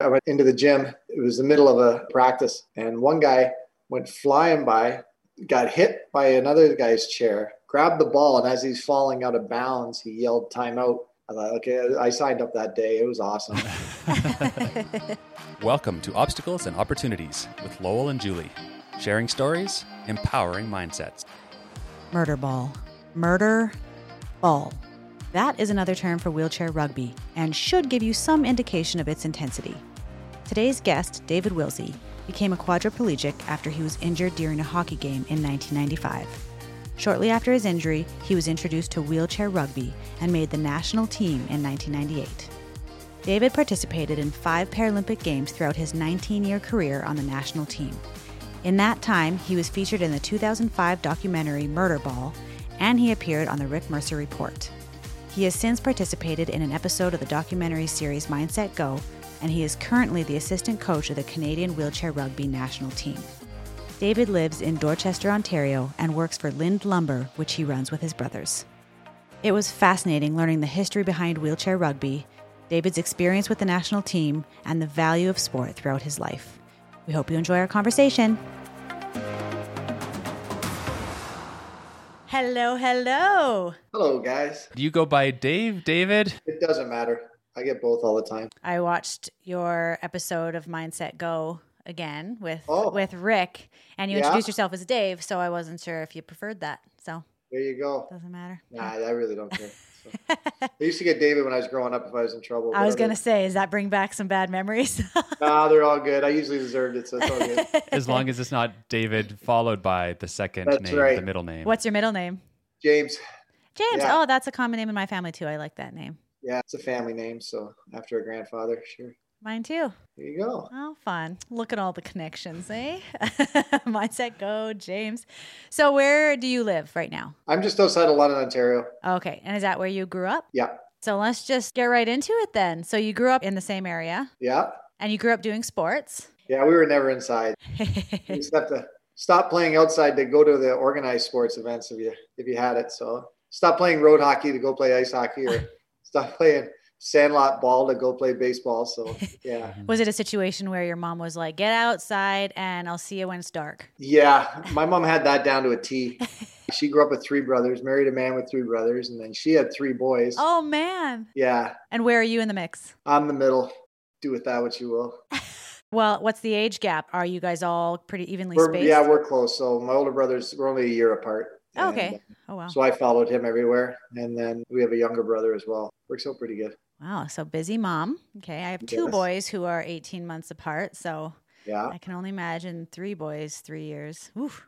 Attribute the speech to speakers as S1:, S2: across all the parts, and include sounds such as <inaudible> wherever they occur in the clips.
S1: I went into the gym. It was the middle of a practice, and one guy went flying by, got hit by another guy's chair, grabbed the ball, and as he's falling out of bounds, he yelled timeout. I thought, okay, I signed up that day. It was
S2: <laughs>
S1: awesome.
S3: Welcome to Obstacles and Opportunities with Lowell and Julie, sharing stories, empowering mindsets.
S2: Murder ball. Murder ball. That is another term for wheelchair rugby and should give you some indication of its intensity. Today's guest, David Wilsey, became a quadriplegic after he was injured during a hockey game in 1995. Shortly after his injury, he was introduced to wheelchair rugby and made the national team in 1998. David participated in five Paralympic Games throughout his 19 year career on the national team. In that time, he was featured in the 2005 documentary Murder Ball, and he appeared on the Rick Mercer Report. He has since participated in an episode of the documentary series Mindset Go, and he is currently the assistant coach of the Canadian Wheelchair Rugby national team. David lives in Dorchester, Ontario, and works for Lind Lumber, which he runs with his brothers. It was fascinating learning the history behind wheelchair rugby, David's experience with the national team, and the value of sport throughout his life. We hope you enjoy our conversation. Hello, hello.
S1: Hello, guys.
S3: Do you go by Dave, David?
S1: It doesn't matter. I get both all the time.
S2: I watched your episode of Mindset Go again with
S1: Oh.
S2: with Rick, and you
S1: Yeah.
S2: introduced yourself as Dave, so I wasn't sure if you preferred that. So
S1: There you go.
S2: doesn't matter.
S1: Nah, I really don't care.
S2: <laughs>
S1: So. I used to get David when I was growing up if I was in trouble.
S2: I was
S1: whatever.
S2: gonna say, does that bring back some bad memories? <laughs>
S1: Nah, they're all good. I usually deserved it, so it's all good.
S3: As long as it's not David followed by the second
S1: That's
S3: name,
S1: right.
S3: the middle name.
S2: What's your middle name?
S1: James,
S2: James.
S1: Yeah.
S2: Oh, that's a common name in my family too. I like that name.
S1: yeah, it's a family name, so after a grandfather, sure.
S2: Mine too.
S1: There you go.
S2: Oh, fun. Look at all the connections, eh? <laughs> Mindset Go, James. So, where do you live right now?
S1: I'm just outside of London, Ontario.
S2: Okay. And is that where you grew up?
S1: Yeah.
S2: So, let's just get right into it then. So, you grew up in the same area
S1: Yeah.
S2: and you grew up
S1: <laughs>
S2: doing sports.
S1: Yeah, we were never
S2: <laughs>
S1: inside. You just have to stop playing outside to go to the organized sports events if you if you had it. So stop playing road hockey to go play ice hockey
S2: <laughs>
S1: or stop playing sandlot ball to go play baseball.
S2: <laughs>
S1: So yeah.
S3: Mm-hmm.
S2: was it a situation where your mom was like, get outside and I'll see you when it's dark?
S1: Yeah. My mom had that down to a
S2: <laughs>
S1: T. She grew up with three brothers, married a man with three brothers, and then she had three boys.
S2: Oh, man.
S1: Yeah.
S2: And where are you in the mix?
S1: I'm the middle. Do with that what you will.
S2: Well, what's the age gap? Are you guys all pretty evenly
S1: We're,
S2: spaced?
S1: yeah, we're close. So my older brothers we're only a year apart.
S2: Oh,
S1: And,
S2: okay. Oh, wow.
S1: So I followed him everywhere. And then we have a younger brother as well. Works out pretty good.
S2: Wow. So, busy mom. Okay. I have two
S1: Yes. Ah.
S2: boys who are 18 months apart. So,
S1: Yeah. <laughs>
S2: I can only imagine three boys, three years. Oof.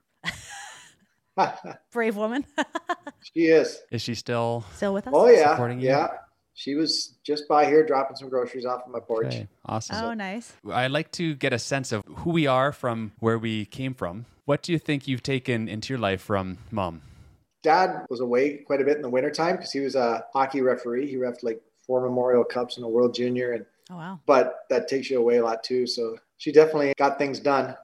S2: Brave woman. <laughs>
S1: she is.
S3: Is she still?
S2: Still with us?
S1: Oh, yeah.
S3: supporting you?
S1: Yeah. She was just by here dropping some groceries off on my porch.
S3: Okay, awesome.
S2: Oh, nice.
S3: I like to get a sense of who we are from where we came from. What do you think you've taken into your life from mom?
S1: Dad was away quite a bit in the wintertime because he was a hockey referee. He ref like four Memorial Cups and a World Junior. And
S2: Oh, wow. <sighs>
S1: But that takes you away a lot too. So she definitely got things done.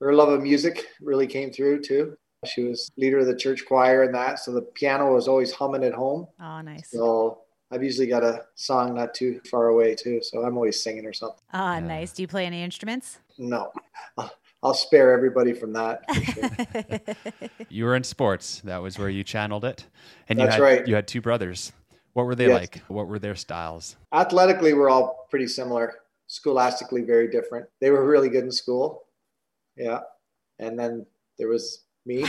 S1: Her love of music really came through too. She was leader of the church choir and that. So the piano was always humming at home.
S2: Oh, nice. Ah,
S1: So I've usually got a song not too far away too, so I'm always singing or something.
S3: Yeah.
S2: nice. Do you play any
S1: <laughs>
S2: instruments?
S1: No, I'll, I'll spare everybody from that. For
S2: <laughs>
S1: sure.
S3: You were in sports. That was where you channeled it. And
S1: That's
S3: you had
S1: right.
S3: you had two brothers. What were they
S1: Yes.
S3: like? What were their styles?
S1: Athletically, we're all pretty similar. Scholastically, very different. They were really good in school. Yeah, and then there was me.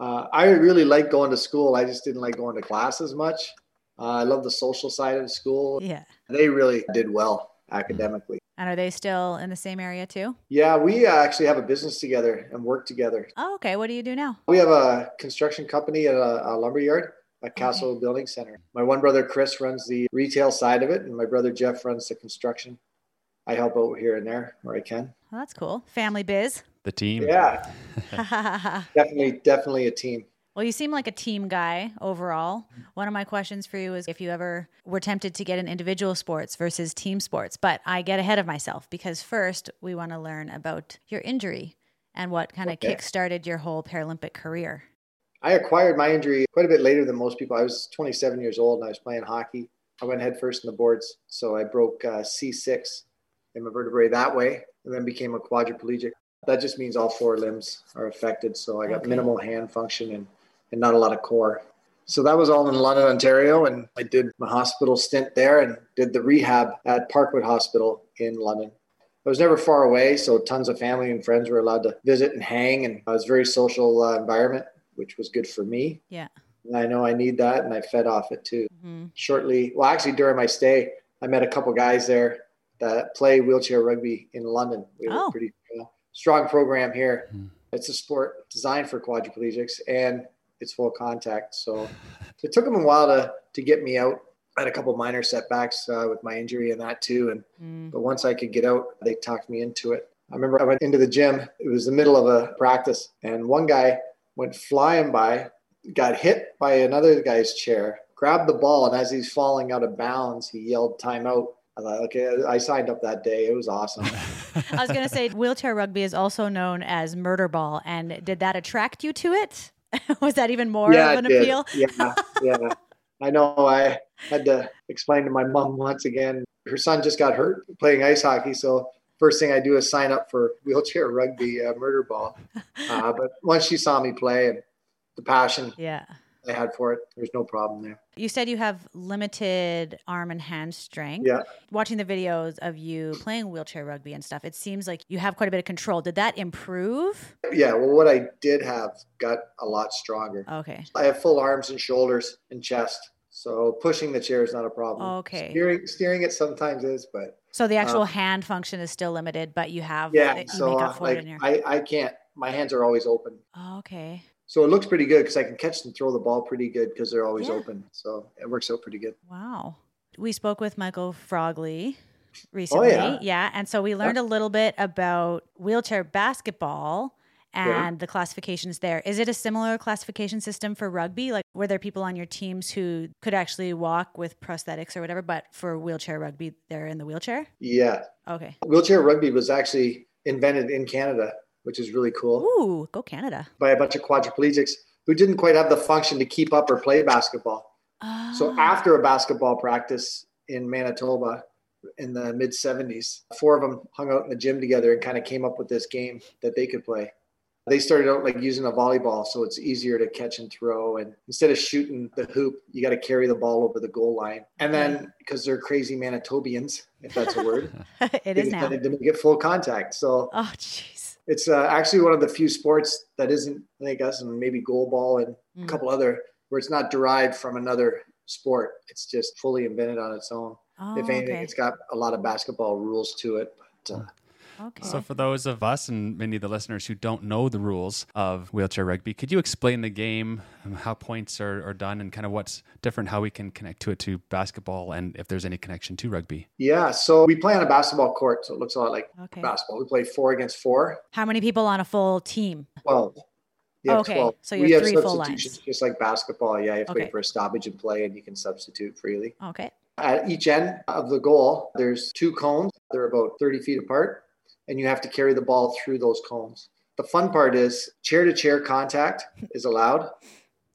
S1: Uh, I really liked going to school. I just didn't like going to class as much. Uh, I love the social side of school.
S2: yeah.
S1: They really did well academically.
S2: And are they still in the same area too?
S1: Yeah, we uh, actually have a business together and work together.
S2: Oh, okay. What do you do now?
S1: We have a construction company at a, a lumber yard, a Castle Building Center. My one brother Chris runs the retail side of it, and my brother Jeff runs the construction. I help out here and there where I can.
S2: Well, that's cool. Family biz.
S3: The team. <laughs>
S1: Yeah,
S2: <laughs> well,
S1: definitely, definitely a team.
S2: you seem like a team guy overall. One of my questions for you is if you ever were tempted to get in individual sports versus team sports, but I get ahead of myself because first we want to learn about your injury and what kind
S1: Okay.
S2: of kickstarted your whole Paralympic career.
S1: I acquired my injury quite a bit later than most people. I was 27 years old and I was playing hockey. I went headfirst in the boards, so I broke uh, C6 in my vertebrae that way, and then became a quadriplegic. That just means all four limbs are affected. So I got
S2: Okay.
S1: minimal hand function and, and not a lot of core. So that was all in London, Ontario. And I did my hospital stint there and did the rehab at Parkwood Hospital in London. I was never far away, so tons of family and friends were allowed to visit and hang. And I was very social uh, environment, which was good for me.
S2: Yeah.
S1: And I know I need that, and I fed off it too
S2: hmm
S1: shortly. Well, actually, during my stay, I met a couple guys there that play wheelchair rugby in London. We have
S2: Oh.
S1: a pretty uh, strong program here.
S3: Hmm.
S1: It's a sport designed for quadriplegics and it's full contact. So it took them a while to, to get me out. I had a couple minor setbacks uh, with my injury and that too. And
S2: Mm.
S1: but once I could get out, they talked me into it. I remember I went into the gym. It was the middle of a practice, and one guy went flying by, got hit by another guy's chair, grabbed the ball, and as he's falling out of bounds, he yelled timeout. I thought, okay, I signed up that day. It was awesome.
S2: <laughs> I was going
S1: <laughs>
S2: to say wheelchair rugby is also known as murder ball. And did that attract you to it? <laughs> was that even more of
S1: it
S2: an
S1: did.
S2: appeal? <laughs>
S1: Yeah, yeah. I know. I had to explain to my mom once again. Her son just got hurt playing ice hockey, so first thing I do is sign up for wheelchair rugby uh, murder ball.
S2: <laughs>
S1: Uh, but once she saw me play and the passion
S2: yeah.
S1: I had for it, there's no problem there.
S2: You said you have limited arm and hand strength.
S1: Yeah.
S2: Watching the videos of you playing wheelchair rugby and stuff, it seems like you have quite a bit of control. Did that improve?
S1: Yeah, well, what I did have got a lot stronger.
S2: Okay.
S1: I have full arms and shoulders and chest, so pushing the chair is not a problem.
S2: Okay.
S1: Steering, steering it sometimes is, but
S2: So the actual hand function is still limited, but you have
S1: Uh, yeah.
S2: you
S1: So
S2: make
S1: uh,
S2: up for it
S1: like
S2: in your.
S1: I, I can't. My hands are always open,
S2: oh, okay.
S1: so it looks pretty good because I can catch and throw the ball pretty good because they're always
S2: Yeah.
S1: open. So it works out pretty good.
S2: Wow. We spoke with Michael Frogley recently.
S1: Oh, yeah.
S2: And so we learned a little bit about wheelchair basketball and the classifications there. Is it a similar classification system for rugby? Like, were there people on your teams who could actually walk with prosthetics or whatever, but for wheelchair rugby, they're in the wheelchair?
S1: Yeah,
S2: Okay.
S1: wheelchair rugby was actually invented in Canada, which is really cool.
S2: Ooh, go Canada.
S1: by a bunch of quadriplegics who didn't quite have the function to keep up or play basketball. So
S2: Ah.
S1: after a basketball practice in Manitoba in the mid 70s, four of them hung out in the gym together and kind of came up with this game that they could play. They started out like using a volleyball, so it's easier to catch and throw. And instead of shooting the hoop, you got to carry the ball over the goal line. And then because they're crazy Manitobians, if that's a word,
S2: <laughs> it
S1: they
S2: is now.
S1: decided to make it full contact. So
S2: Oh, jeez.
S1: it's uh, actually one of the few sports that isn't, I think, us and maybe goal ball and a
S2: Mm.
S1: couple other where it's not derived from another sport. It's just fully invented on its own.
S2: Oh,
S1: if anything,
S2: okay.
S1: it's got a lot of basketball rules to it. But uh,
S2: okay.
S3: <laughs> So, for those of us and many of the listeners who don't know the rules of wheelchair rugby, could you explain the game, um, how points are, are done, and kind of what's different, how we can connect to it to basketball, and if there's any connection to rugby?
S1: yeah, so we play on a basketball court, so it looks a lot like
S2: okay.
S1: basketball. We play four against four,
S2: How many people on a full team?
S1: 12. You have
S2: Okay,
S1: 12.
S2: so
S1: we
S2: you're
S1: have
S2: three full
S1: substitutions,
S2: lines.
S1: just like basketball. Yeah, you have to
S2: Okay.
S1: wait for a stoppage and play, and you can substitute freely.
S2: Okay.
S1: At each end of the goal, there's two cones. They're about 30 feet apart, and you have to carry the ball through those cones. The fun part is chair to chair contact is allowed,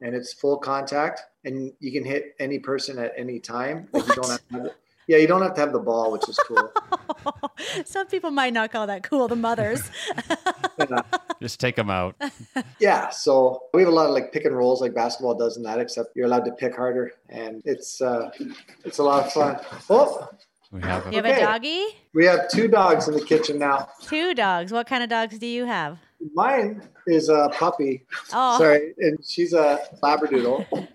S1: and it's full contact, and you can hit any person at any time. Like you don't have to have it. Yeah, you don't have to have the ball, which is cool.
S2: <laughs> Some people might not call that cool, the
S1: <laughs>
S2: mothers.
S3: Just take them out.
S1: yeah, so we have a lot of like pick and rolls, like basketball does in that, except you're allowed to pick harder, and it's uh, it's a lot of fun. Oh,
S3: We
S2: <laughs>
S3: have
S2: You have
S3: a,
S2: a
S1: Okay.
S2: doggy?
S1: we have two dogs in the kitchen now.
S2: Two dogs. What kind of dogs do you have?
S1: Mine is a puppy.
S2: Oh,
S1: Sorry, and she's a labradoodle.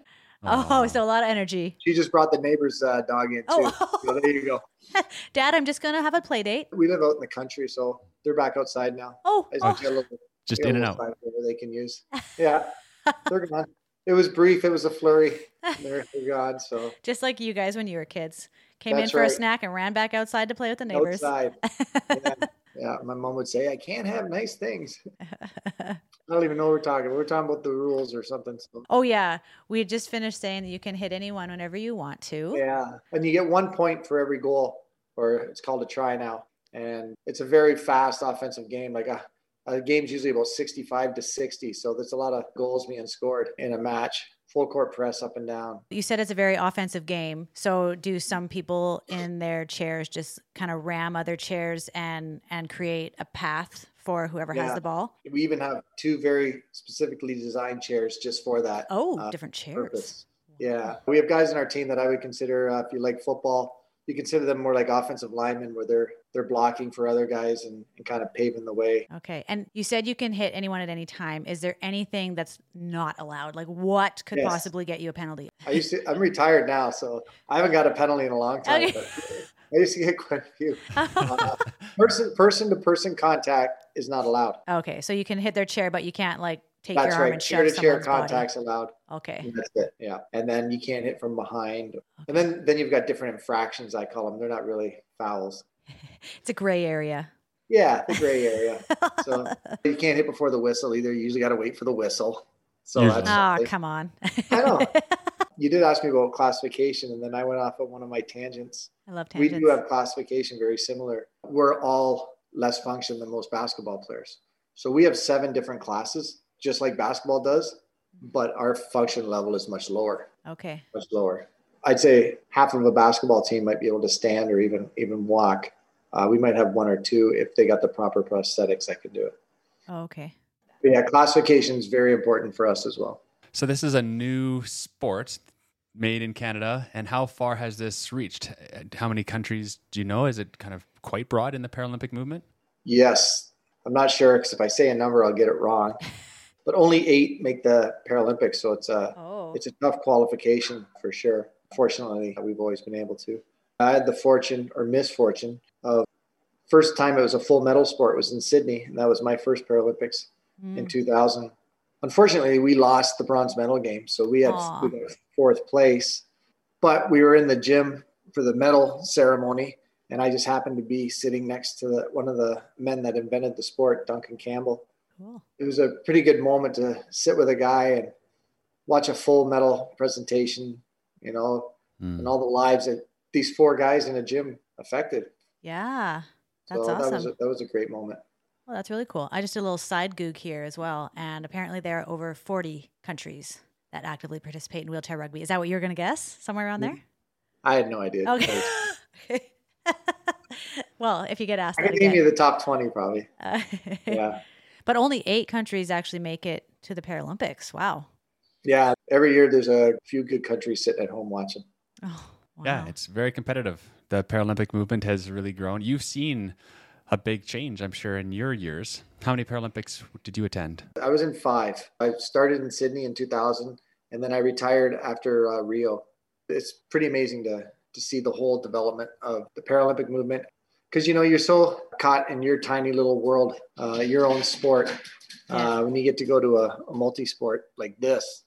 S2: oh, so a lot of energy.
S1: She just brought the neighbor's uh, dog in too.
S2: Oh.
S1: So there you go.
S2: <laughs> Dad, I'm just going to have a play date.
S1: We live out in the country, so they're back outside now.
S2: Oh,
S1: I just
S2: oh.
S1: get a little,
S3: just
S1: get a
S3: in and
S1: little
S3: out.
S1: side door they can use. Yeah, they're gone. It was brief. It was a flurry. They're, they're gone. So
S2: just like you guys when you were kids. Came in
S1: That's
S2: for a
S1: right.
S2: snack and ran back outside to play with the <laughs> neighbors.
S1: outside.
S2: <laughs>
S1: Yeah. yeah, my mom would say, "I can't have nice
S2: <laughs>
S1: things." I don't even know what we're talking. We're talking about the rules or something. So.
S2: oh, yeah. We had just finished saying that you can hit anyone whenever you want to.
S1: Yeah. And you get one point for every goal, or it's called a try now. And it's a very fast offensive game. Like uh, a, a game's usually about 65 to 60. So there's a lot of goals being scored in a match. full court press up and down.
S2: You said it's a very offensive game. So do some people in their chairs just kind of ram other chairs and and create a path for whoever has
S1: Yeah.
S2: the ball?
S1: We even have two very specifically designed chairs just for that
S2: Oh,
S1: Uh,
S2: different chairs.
S1: purpose. Yeah, we have guys in our team that I would consider, uh, if you like football, you consider them more like offensive linemen, where they're they're blocking for other guys and, and kind of paving the way.
S2: Okay. And you said you can hit anyone at any time. Is there anything that's not allowed? Like what could
S1: Yes.
S2: possibly get you a penalty?
S1: I used to, I'm retired now, so I haven't got a penalty in a long time.
S2: Okay.
S1: But I used to get quite a few. Uh, person person to person contact is not allowed.
S2: <laughs> okay. So you can hit their chair, but you can't like take your
S1: That's
S2: arm
S1: right.
S2: and
S1: Chair
S2: shove
S1: to chair
S2: someone's
S1: contacts Mm. allowed.
S2: body. Okay.
S1: That's it. Yeah, and then you can't hit from behind. And then then you've got different infractions. I call them. They're not really fouls.
S2: It's a gray area.
S1: Yeah, the gray area.
S2: <laughs>
S1: so you can't hit before the whistle either. You usually got to wait for the whistle. So
S3: Usually.
S1: that's
S2: Ah,
S1: something.
S2: come on.
S1: I know. You did ask me about classification, and then I went off on one of my tangents.
S2: <laughs> I love
S1: We
S2: tangents.
S1: do have classification very similar. We're all less function than most basketball players. So we have seven different classes, just like basketball does, but our function level is much lower,
S2: okay.
S1: much lower. I'd say half of a basketball team might be able to stand or even even walk. Uh, we might have one or two if they got the proper prosthetics that could do it.
S2: Oh, okay.
S1: But yeah, classification is very important for us as well.
S3: So this is a new sport made in Canada, and how far has this reached? Uh, How many countries do you know? Is it kind of quite broad in the Paralympic movement?
S1: Yes, I'm not sure because if I say a number, I'll get it wrong. But only eight make the Paralympics, so it's uh, a
S2: Oh.
S1: it's a tough qualification for sure. Fortunately, we've always been able to. I had the fortune or misfortune of first time it was a full medal sport was in Sydney, and that was my first Paralympics in
S2: Mm.
S1: 2000. Unfortunately, we lost the bronze medal game, so we had
S2: Aw.
S1: we got fourth place. But we were in the gym for the medal ceremony, and I just happened to be sitting next to the, one of the men that invented the sport, Duncan Campbell.
S2: cool.
S1: It was a pretty good moment to sit with a guy and watch a full medal presentation, you know,
S3: Mm.
S1: and all the lives that these four guys in a gym affected.
S2: Yeah. That's
S1: so
S2: awesome.
S1: that was a, that was a great moment.
S2: well, Oh, that's really cool. I just did a little side goog here as well. And apparently there are over 40 countries that actively participate in wheelchair rugby. Is that what you were going to guess? Somewhere around there?
S1: I had no idea. <laughs>
S2: Okay. <laughs> Okay. well, if you get asked
S1: I
S2: that
S1: could name you
S2: again.
S1: the top 20
S2: <laughs>
S1: probably.
S2: Uh,
S1: Yeah.
S2: But only eight countries actually make it to the Paralympics. Wow.
S1: Yeah, every year there's a few good countries sitting at home watching.
S2: Oh, wow.
S3: Yeah, it's very competitive. The Paralympic movement has really grown. You've seen a big change, I'm sure, in your years. How many Paralympics did you attend?
S1: I was in five. I started in Sydney in 2000, and then I retired after uh, Rio. It's pretty amazing to to see the whole development of the Paralympic movement because you know you're so caught in your tiny little world, uh, your own sport. Uh, when you get to go to a, a multi-sport like this,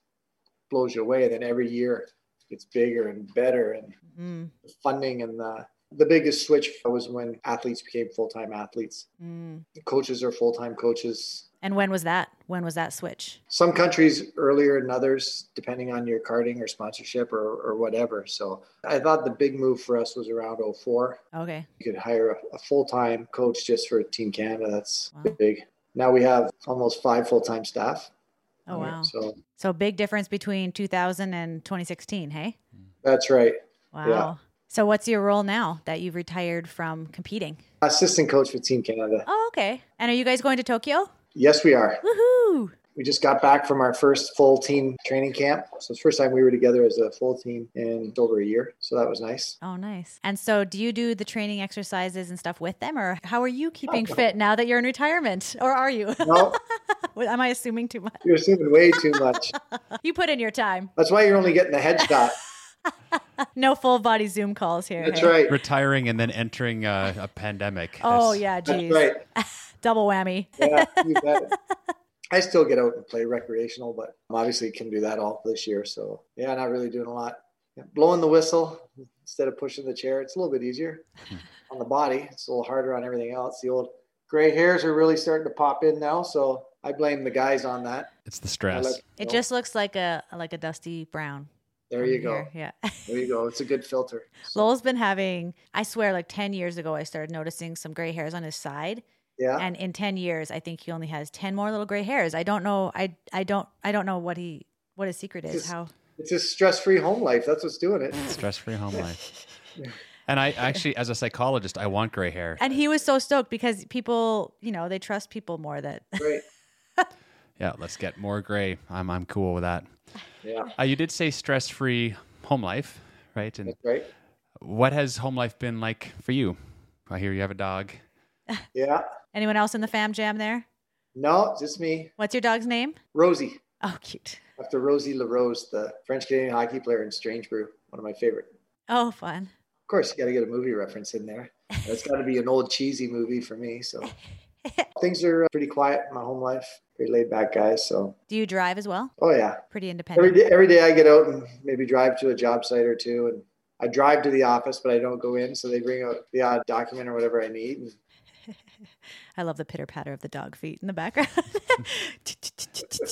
S1: blows you away. Then every year it's bigger and better, and
S2: Mm,
S1: funding and the the biggest switch was when athletes became full-time athletes.
S2: mm.
S1: coaches are full-time coaches
S2: And when was that? When was that switch?
S1: some countries earlier than others depending on your carding or sponsorship or, or whatever so i thought the big move for us was around 04
S2: Okay.
S1: you could hire a, a full-time coach just for team canada that's
S2: Wow.
S1: big now we have almost five full-time staff
S2: Oh,
S1: on it.
S2: wow.
S1: so
S2: So big difference between 2000 and 2016, hey?
S1: that's right
S2: Wow. So what's your role now that you've retired from competing?
S1: assistant coach for team canada
S2: Oh, okay. And are you guys going to Tokyo?
S1: yes we are
S2: Woohoo!
S1: we just got back from our first full team training camp so it's the first time we were together as a full team in over a year so that was nice
S2: Oh, nice. And so do you do the training exercises and stuff with them or how are you keeping fit now that you're in retirement? Or are you? <laughs>
S1: no <laughs>
S2: Am I assuming too much?
S1: you're assuming way too much
S2: You put in your time. <laughs>
S1: That's why you're only getting the headshot.
S2: No full body Zoom calls here.
S1: That's
S2: hey?
S1: right.
S3: Retiring and then entering a, a pandemic.
S2: Oh,
S3: That's-
S2: yeah, geez.
S1: That's right.
S2: Double whammy.
S1: Yeah, you bet. I still get out and play recreational, but obviously can do that all this year. So yeah, not really doing a lot. Yeah, Blowing the whistle instead of pushing the chair, it's a little bit easier on the body. It's a little harder on everything else. The old gray hairs are really starting to pop in now, so I blame the guys on that.
S3: It's the
S1: I
S3: stress.
S1: let-
S2: It just looks like a like a dusty brown.
S1: there you
S2: from
S1: go.
S2: here. Yeah.
S1: There you go. It's a good filter. So,
S2: Lowell's been having, I swear, like 10 years ago, I started noticing some gray hairs on his side.
S1: yeah,
S2: And in 10 years, I think he only has 10 more little gray hairs. I don't know. I, I don't, I don't know what he, what his secret is.
S1: Just-
S2: How
S1: It's his stress-free home life. That's what's doing it.
S2: Mm.
S3: Stress-free home life. And I actually, as a psychologist, I want gray hair.
S2: and he was so stoked because people, you know, they trust people more that
S1: Great.
S3: Yeah, let's get more gray. I'm I'm cool with that.
S1: Yeah.
S3: Uh, you did say stress-free home life, right? And
S1: That's right.
S3: what has home life been like for you? I hear you have a dog.
S1: Yeah.
S2: <laughs> anyone else in the fam jam there.
S1: No, just me.
S2: What's your dog's name?
S1: Rosie.
S2: Oh, cute.
S1: After Rosie LaRose, the French Canadian hockey player in Strange Brew, one of my favorite.
S2: Oh, fun.
S1: Of course, you got to get a movie reference in there. That's got to be an old cheesy movie for me. So things are uh, pretty quiet in my home life. Pretty laid back guy. So,
S2: Do you drive as well?
S1: oh yeah,
S2: Pretty
S1: every
S2: independent.
S1: day, every day I get out and maybe drive to a job site or two, and I drive to the office, but I don't go in. So they bring out the odd document or whatever I need. And
S2: <laughs> I love the pitter patter of the dog feet in the background. <laughs>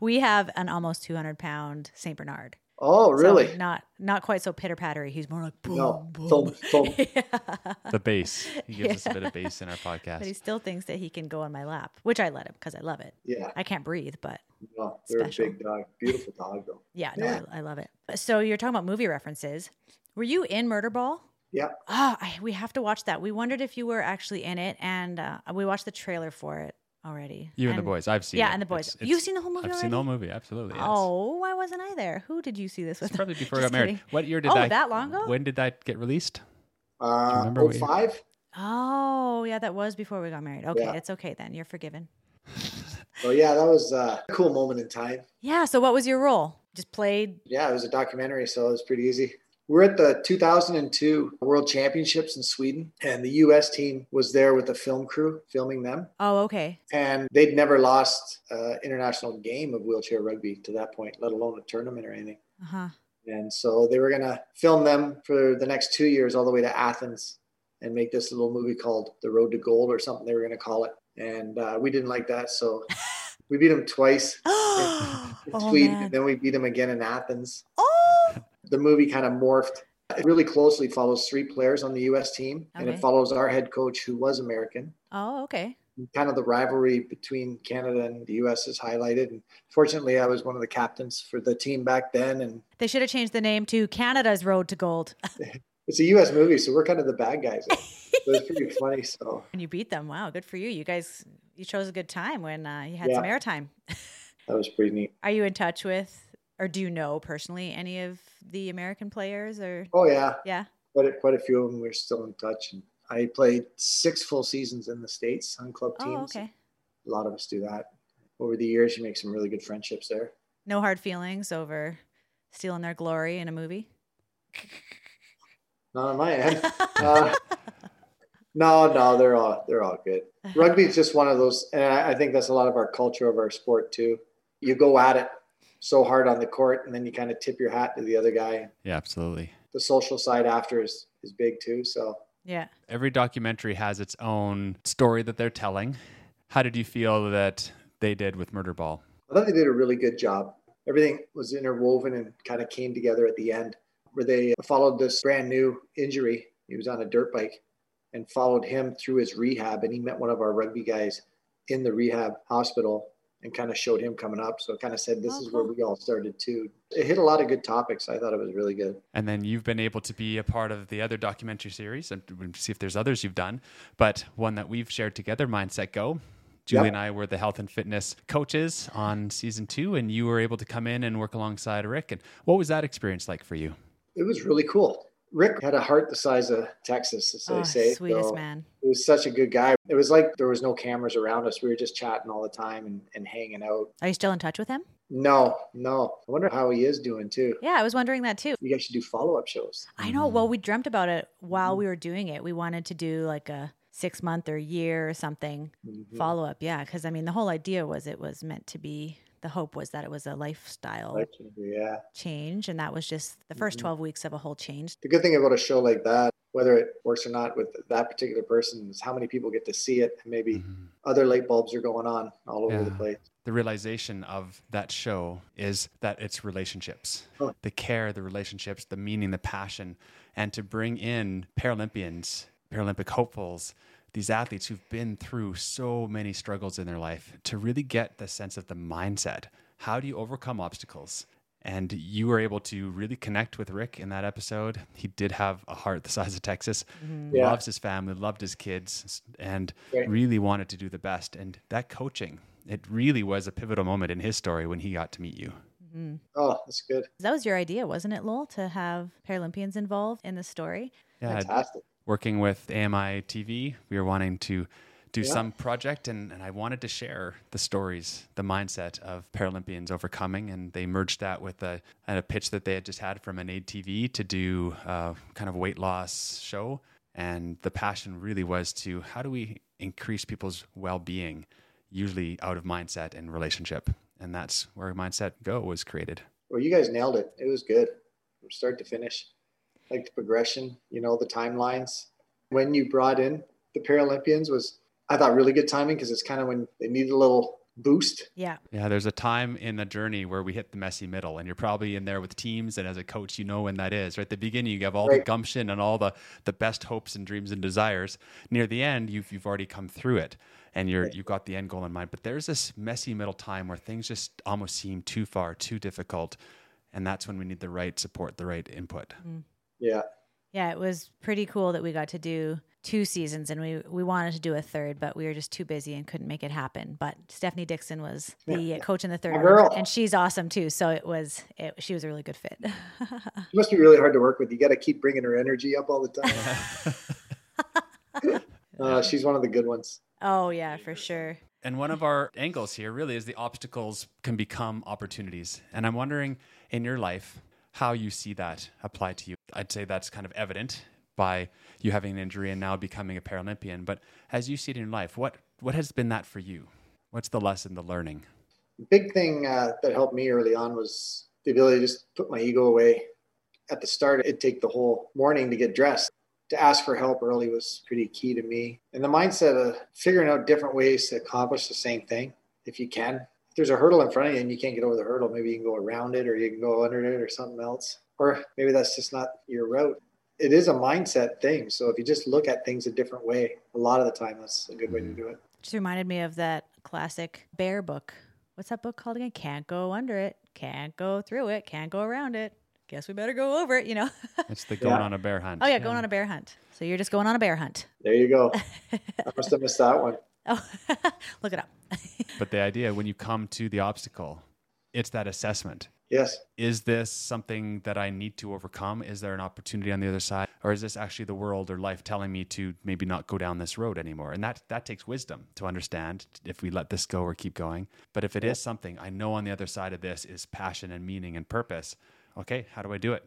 S2: we have an almost 200 pound St. Bernard.
S1: oh,
S2: So
S1: really?
S2: not not quite so pitter pattery. He's more like boom,
S1: No,
S2: boom.
S1: thump, thump.
S2: <laughs> Yeah.
S3: The bass. He gives us a
S2: <laughs>
S3: bit of bass in our podcast.
S2: But he still thinks that he can go on my lap, which I let him because I love it.
S1: yeah,
S2: I can't breathe, but
S1: no, they're a
S2: Special.
S1: big dog, beautiful dog though.
S2: yeah, no,
S1: Yeah.
S2: I, I love it. So you're talking about movie references. Were you in Murder Ball?
S1: Yeah.
S2: Oh, I, we have to watch that. We wondered if you were actually in it, and uh, we watched the trailer for it already.
S3: you and the boys. I've seen.
S2: yeah,
S3: it.
S2: and the boys.
S3: It's-
S2: You've
S3: it's-
S2: seen the whole movie
S3: I've
S2: already?
S3: seen the whole movie. Absolutely. yes.
S2: Oh, why wasn't I there? Who did you see this with?
S3: It's probably before I got
S2: Just
S3: married.
S2: kidding.
S3: What year did
S2: Oh,
S3: that?
S2: that long ago?
S3: When did that get released?
S1: Uh,
S3: remember what year?
S1: 05?
S2: <laughs> Oh, yeah, that was before we got married. Okay,
S1: Yeah.
S2: it's okay then. You're forgiven.
S1: So yeah, that was uh, a cool moment in time.
S2: Yeah. So what was your role? Just played.
S1: Yeah, it was a documentary, so it was pretty easy. We're at the 2002 World Championships in Sweden, and the U.S. team was there with a film crew filming them,
S2: Oh, okay.
S1: and they'd never lost an international game of wheelchair rugby to that point, let alone a tournament or anything.
S2: Uh huh.
S1: And so they were going to film them for the next two years, all the way to Athens, and make this little movie called The Road to Gold or something. They were going to call it, and uh, we didn't like that, so we beat them twice
S2: oh
S1: in Sweden,
S2: man.
S1: and then we beat them again in Athens.
S2: Oh.
S1: the movie kind of morphed. It really closely follows three players on the U.S. team, and
S2: Okay.
S1: it follows our head coach, who was American.
S2: Oh, okay.
S1: Kind of the rivalry between Canada and the U.S. is highlighted. And fortunately, I was one of the captains for the team back then, and
S2: They should have changed the name to Canada's Road to Gold. <laughs>
S1: it's a U.S. movie, so we're kind of the bad guys. <laughs> it was pretty funny. So
S2: And you beat them. Wow, good for you. You guys, you chose a good time when uh, you had
S1: Yeah.
S2: some airtime.
S1: that was pretty neat.
S2: Are you in touch with, or do you know personally any of the American players? Or
S1: Oh yeah,
S2: yeah.
S1: quite a, quite a few of them. We're still in touch. And I played six full seasons in the states on club teams.
S2: Oh, okay.
S1: A lot of us do that. Over the years, you make some really good friendships there.
S2: No hard feelings over stealing their glory in
S1: <laughs>
S2: a movie.
S1: Not on my end.
S2: <laughs>
S1: Uh, no, no, they're all they're all good. Rugby is just one of those, and I, I think that's a lot of our culture of our sport too. You go at it so hard on the court, and then you kind of tip your hat to the other guy.
S3: Yeah, absolutely.
S1: The social side after is is big too. So
S2: yeah.
S3: Every documentary has its own story that they're telling. How did you feel that they did with Murder Ball?
S1: I thought they did a really good job. Everything was interwoven and kind of came together at the end, where they followed this brand new injury. He was on a dirt bike and followed him through his rehab. And he met one of our rugby guys in the rehab hospital and kind of showed him coming up. So it kind of said, This
S2: Oh,
S1: is where
S2: cool.
S1: we all started too. It hit a lot of good topics. I thought it was really good.
S3: And then you've been able to be a part of the other documentary series and we'll see if there's others you've done. But one that we've shared together, Mindset Go. Julie
S1: Yep.
S3: and I were the health and fitness coaches on season two, and you were able to come in and work alongside Rick. And what was that experience like for you?
S1: It was really cool. Rick had a heart the size of Texas, as
S2: oh,
S1: they say.
S2: sweetest
S1: So-
S2: man.
S1: he was such a good guy. It was like there was no cameras around us. We were just chatting all the time and, and hanging out.
S2: Are you still in touch with him?
S1: No, no. I wonder how he is doing too.
S2: Yeah, I was wondering that too.
S1: You guys should do follow up shows.
S2: I know. Well, we dreamt about it while
S1: Mhm.
S2: we were doing it. We wanted to do like a six month or year or something
S1: Mhm.
S2: follow up. Yeah. Cause I mean, the whole idea was it was meant to be, the hope was that it was a lifestyle
S1: Like, Yeah.
S2: change. And that was just the 1st
S1: Mhm.
S2: 12 weeks of a whole change.
S1: The good thing about a show like that, whether it works or not with that particular person, is how many people get to see it. And maybe
S3: Mhm.
S1: other light bulbs are going on all over the
S3: Yeah.
S1: place.
S3: the realization of that show is that it's relationships
S1: Oh.
S3: the care the relationships the meaning the passion and to bring in paralympians paralympic hopefuls these athletes who've been through so many struggles in their life to really get the sense of the mindset How do you overcome obstacles? And you were able to really connect with Rick in that episode. He did have a heart the size of Texas,
S1: Yeah.
S3: loves his family, loved his kids, and
S1: Right.
S3: really wanted to do the best. And that coaching, it really was a pivotal moment in his story when he got to meet you.
S1: Oh, that's good.
S2: That was your idea, wasn't it, Lowell, to have Paralympians involved in the story?
S3: Yeah,
S1: Fantastic.
S3: working with AMI TV, we were wanting to do
S1: Yeah.
S3: some project, and, and I wanted to share the stories, the mindset of Paralympians overcoming, and they merged that with a, a pitch that they had just had from an aid TV to do a kind of weight loss show. And the passion really was to how do we increase people's well being, usually out of mindset and relationship. And that's where Mindset Go was created.
S1: Well, you guys nailed it. It was good from start to finish. Like the progression, you know, the timelines. When you brought in the Paralympians was, I thought, really good timing because it's kind of when they needed a little boost.
S2: Yeah.
S3: Yeah, there's a time in the journey where we hit the messy middle, and you're probably in there with teams. And as a coach, you know when that is. Right at the beginning, you have all the
S1: Right.
S3: gumption and all the the best hopes and dreams and desires. Near the end, you've you've already come through it, and you're you've got the end goal in mind. But there's this messy middle time where things just almost seem too far, too difficult, and that's when we need the right support, the right input.
S1: Yeah.
S2: Yeah, it was pretty cool that we got to do two seasons and we, we wanted to do a third, but we were just too busy and couldn't make it happen. But Stephanie Dixon was the coach in the third
S1: My
S2: one,
S1: girl.
S2: and she's awesome too. So it was, it, she was a really good fit. <laughs>
S1: She must be really hard to work with. You got to keep bringing her energy up all the time. Uh, she's one of the good ones.
S2: oh, yeah, for sure.
S3: And one of our angles here really is the obstacles can become opportunities. And I'm wondering in your life how you see that apply to you. I'd say that's kind of evident by you having an injury and now becoming a Paralympian. But as you see it in your life, what, what has been that for you? What's the lesson, the learning?
S1: big thing uh, that helped me early on was the ability to just put my ego away. At the start, it'd take the whole morning to get dressed. To ask for help early was pretty key to me. And the mindset of figuring out different ways to accomplish the same thing if you can. If there's a hurdle in front of you and you can't get over the hurdle, maybe you can go around it or you can go under it or something else. Or maybe that's just not your route. It is a mindset thing. So if you just look at things a different way, a lot of the time, that's a good way to do it.
S2: Just reminded me of that classic bear book. What's that book called again? Can't go under it, can't go through it, can't go around it. Guess we better go over it, you know? <laughs>
S3: It's the going
S1: Yeah.
S3: on a bear hunt.
S2: oh, yeah, going on a bear hunt. So you're just going on a bear hunt. <laughs>
S1: There you go. I must have missed that one.
S2: Oh, <laughs> look it up. <laughs>
S3: But the idea when you come to the obstacle, it's that assessment.
S1: Yes.
S3: is this something that I need to overcome? Is there an opportunity on the other side? Or is this actually the world or life telling me to maybe not go down this road anymore? And that that takes wisdom to understand if we let this go or keep going. But if it is something I know on the other side of this is passion and meaning and purpose, okay, how do I do it?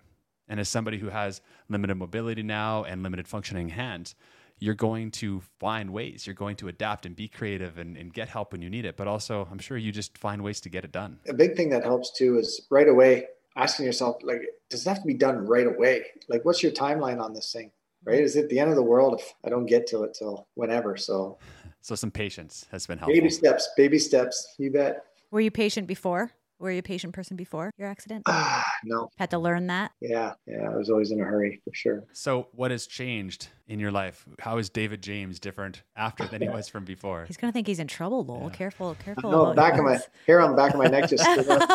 S3: And as somebody who has limited mobility now and limited functioning hands, you're going to find ways. You're going to adapt and be creative and, and get help when you need it. But also, I'm sure you just find ways to get it done.
S1: a big thing that helps too is right away asking yourself like does it have to be done right away like what's your timeline on this thing right is it the end of the world if i don't get to it till whenever so
S3: So some patience has been helpful.
S1: baby steps baby steps you bet <sighs>
S2: Were you patient before? Were you a patient person before your accident?
S1: ah no
S2: Had to learn that.
S1: yeah yeah i was always in a hurry for sure
S3: So, what has changed in your life? How is David James different after than he was from before?
S2: He's gonna think he's in trouble, Lowell. Careful, careful.
S1: uh, no
S2: about
S1: back of my
S2: yours.
S1: hair on the back of my neck
S2: <laughs>
S1: just stood up.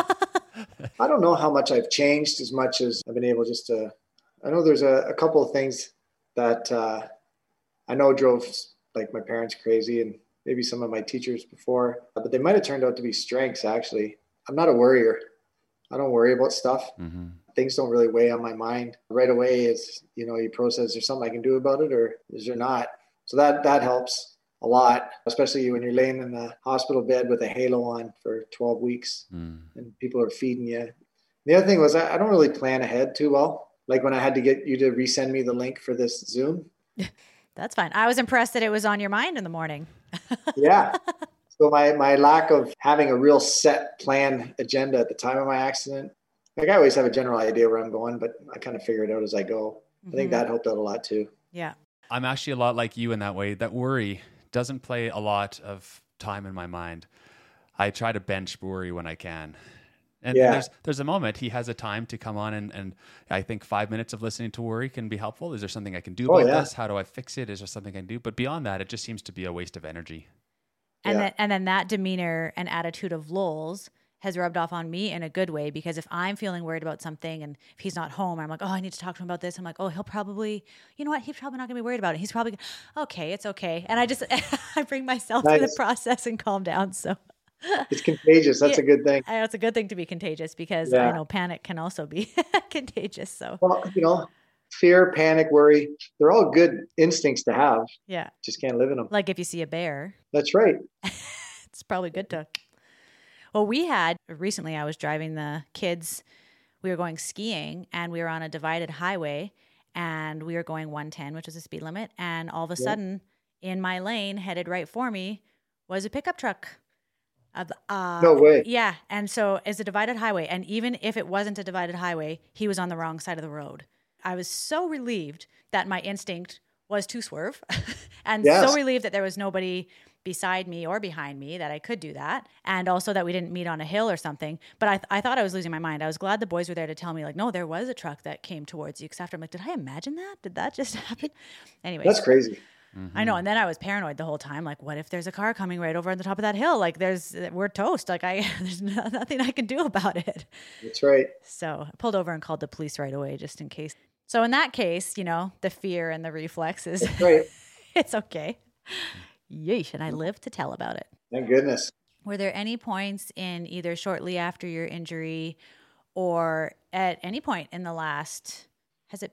S1: i don't know how much i've changed as much as i've been able just to i know there's a, a couple of things that uh, i know drove like my parents crazy and maybe some of my teachers before but they might have turned out to be strengths actually i'm not a worrier i don't worry about stuff
S3: hmm
S1: things don't really weigh on my mind right away is you know you process there's something i can do about it or is there not so that that helps a lot especially when you're laying in the hospital bed with a halo on for 12 weeks and people are feeding you the other thing was i, I don't really plan ahead too well like when i had to get you to resend me the link for this zoom
S2: That's fine. I was impressed that it was on your mind in the morning.
S1: yeah so my my lack of having a real set plan agenda at the time of my accident like i always have a general idea where i'm going but i kind of figure it out as i go i think
S2: Mhm.
S1: that helped out a lot too
S2: Mm-hmm. Yeah.
S3: I'm actually a lot like you in that way. That worry doesn't play a lot of time in my mind. I try to bench worry when I can. And
S1: Yeah.
S3: there's there's a moment he has a time to come on and, and I think five minutes of listening to worry can be helpful. Is there something I can do
S1: Oh,
S3: about
S1: yeah.
S3: this? How do I fix it? Is there something I can do? But beyond that, it just seems to be a waste of energy.
S2: And
S1: Yeah.
S2: then and then that demeanor and attitude of Lowell's has rubbed off on me in a good way because if I'm feeling worried about something and if he's not home, I'm like, oh, I need to talk to him about this. I'm like, oh, he'll probably, you know what? He's probably not going to be worried about it. He's probably, gonna, okay, it's okay. And I just, <laughs> I bring myself to the
S1: Nice.
S2: process and calm down. So
S1: It's contagious. That's
S2: Yeah.
S1: a good thing.
S2: I know it's a good thing to be contagious because I
S1: Yeah.
S2: know panic can also be <laughs> contagious. So
S1: Well, you know, fear, panic, worry, they're all good instincts to have.
S2: yeah,
S1: Just can't live in them.
S2: like if you see a bear,
S1: That's right.
S2: it's probably good to. Well, we had recently, I was driving the kids. We were going skiing and we were on a divided highway and we were going 110, which is the speed limit. And all of a
S1: Yeah.
S2: sudden, in my lane, headed right for me, was a pickup truck. Of- Uh,
S1: No way.
S2: Yeah. And so it's a divided highway. And even if it wasn't a divided highway, he was on the wrong side of the road. I was so relieved that my instinct was to swerve <laughs> and so
S1: Yes.
S2: relieved that there was nobody beside me or behind me that I could do that. And also that we didn't meet on a hill or something. But I, th- I thought I was losing my mind. I was glad the boys were there to tell me, like, no, there was a truck that came towards you. Because after I'm like, did I imagine that? Did that just <laughs> happen? Anyway,
S1: That's crazy.
S2: I know. And then I was paranoid the whole time. Like, what if there's a car coming right over on the top of that hill? Like, there's we're toast. Like, I <laughs> there's no- nothing I can do about it.
S1: That's right.
S2: So I pulled over and called the police right away just in case. So in that case, you know, the fear and the reflexes,
S1: That's right.
S2: <laughs> it's okay. Yeesh. And I live to tell about it.
S1: Thank goodness.
S2: Were there any points in either shortly after your injury or at any point in the last, has it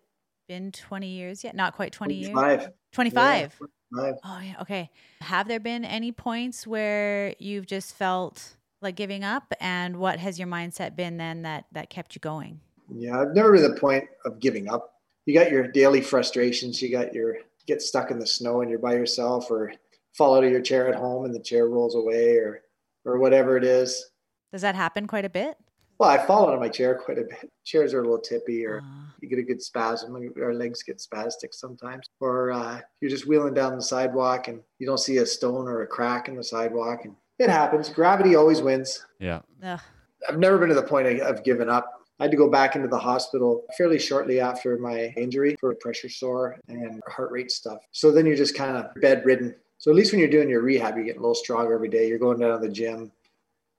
S2: been 20 years yet? Not quite 20 years.
S1: Five.
S2: 25.
S1: Five.
S2: Oh, yeah. Okay. Have there been any points where you've just felt like giving up? And what has your mindset been then that, that kept you going?
S1: Yeah, I've never been to the point of giving up. You got your daily frustrations. You got your get stuck in the snow and you're by yourself, or fall out of your chair at home and the chair rolls away, or or whatever it is.
S2: Does that happen quite a bit?
S1: Well, I fall out of my chair quite a bit. Chairs are a little tippy, or
S2: Ah,
S1: you get a good spasm. and Our legs get spastic sometimes, or uh, you're just wheeling down the sidewalk and you don't see a stone or a crack in the sidewalk, and it happens. Gravity always wins.
S3: Mm-hmm. Yeah.
S2: ugh.
S1: I've never been to the point of- of giving up. I had to go back into the hospital fairly shortly after my injury for a pressure sore and heart rate stuff. So then you're just kind of bedridden. So at least when you're doing your rehab, you're getting a little stronger every day. You're going down to the gym.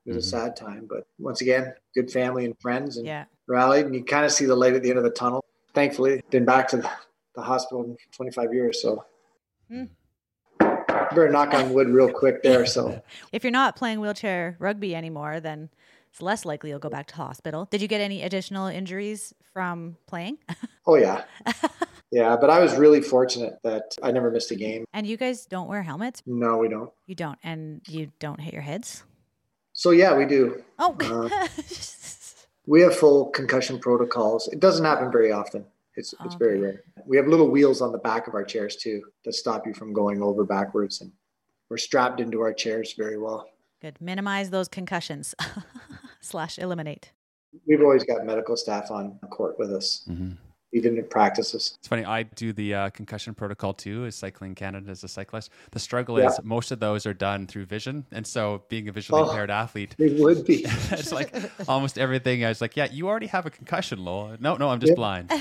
S1: It was
S3: Mhm.
S1: a sad time, but once again, good family and friends and
S2: yeah.
S1: rallied, and you kind of see the light at the end of the tunnel. Thankfully, been back to the, the hospital in 25 years, so
S2: Hmm.
S1: better knock on wood real quick there. So
S2: If you're not playing wheelchair rugby anymore, then it's less likely you'll go back to hospital. Did you get any additional injuries from playing?
S1: Oh yeah. Yeah, but I was really fortunate that I never missed a game.
S2: and you guys don't wear helmets?
S1: No, we don't.
S2: You don't. And you don't hit your heads?
S1: So yeah, we do.
S2: Oh,
S1: Uh, We have full concussion protocols. It doesn't happen very often. It's it's very
S2: Okay.
S1: rare. We have little wheels on the back of our chairs too that stop you from going over backwards and we're strapped into our chairs very well.
S2: <laughs> good. Minimize those concussions <laughs> slash eliminate. <laughs>
S1: We've always got medical staff on court with us,
S3: Mm-hmm.
S1: even in practices.
S3: It's funny. I do the uh, concussion protocol too. Is Cycling Canada as a cyclist. The struggle is most of those are done through vision, and so being a visually
S1: Oh.
S3: impaired athlete, <laughs>
S1: They would be.
S3: it's like almost everything. I was like, yeah, you already have a concussion, lol. No, no, I'm just
S1: Yeah.
S3: blind.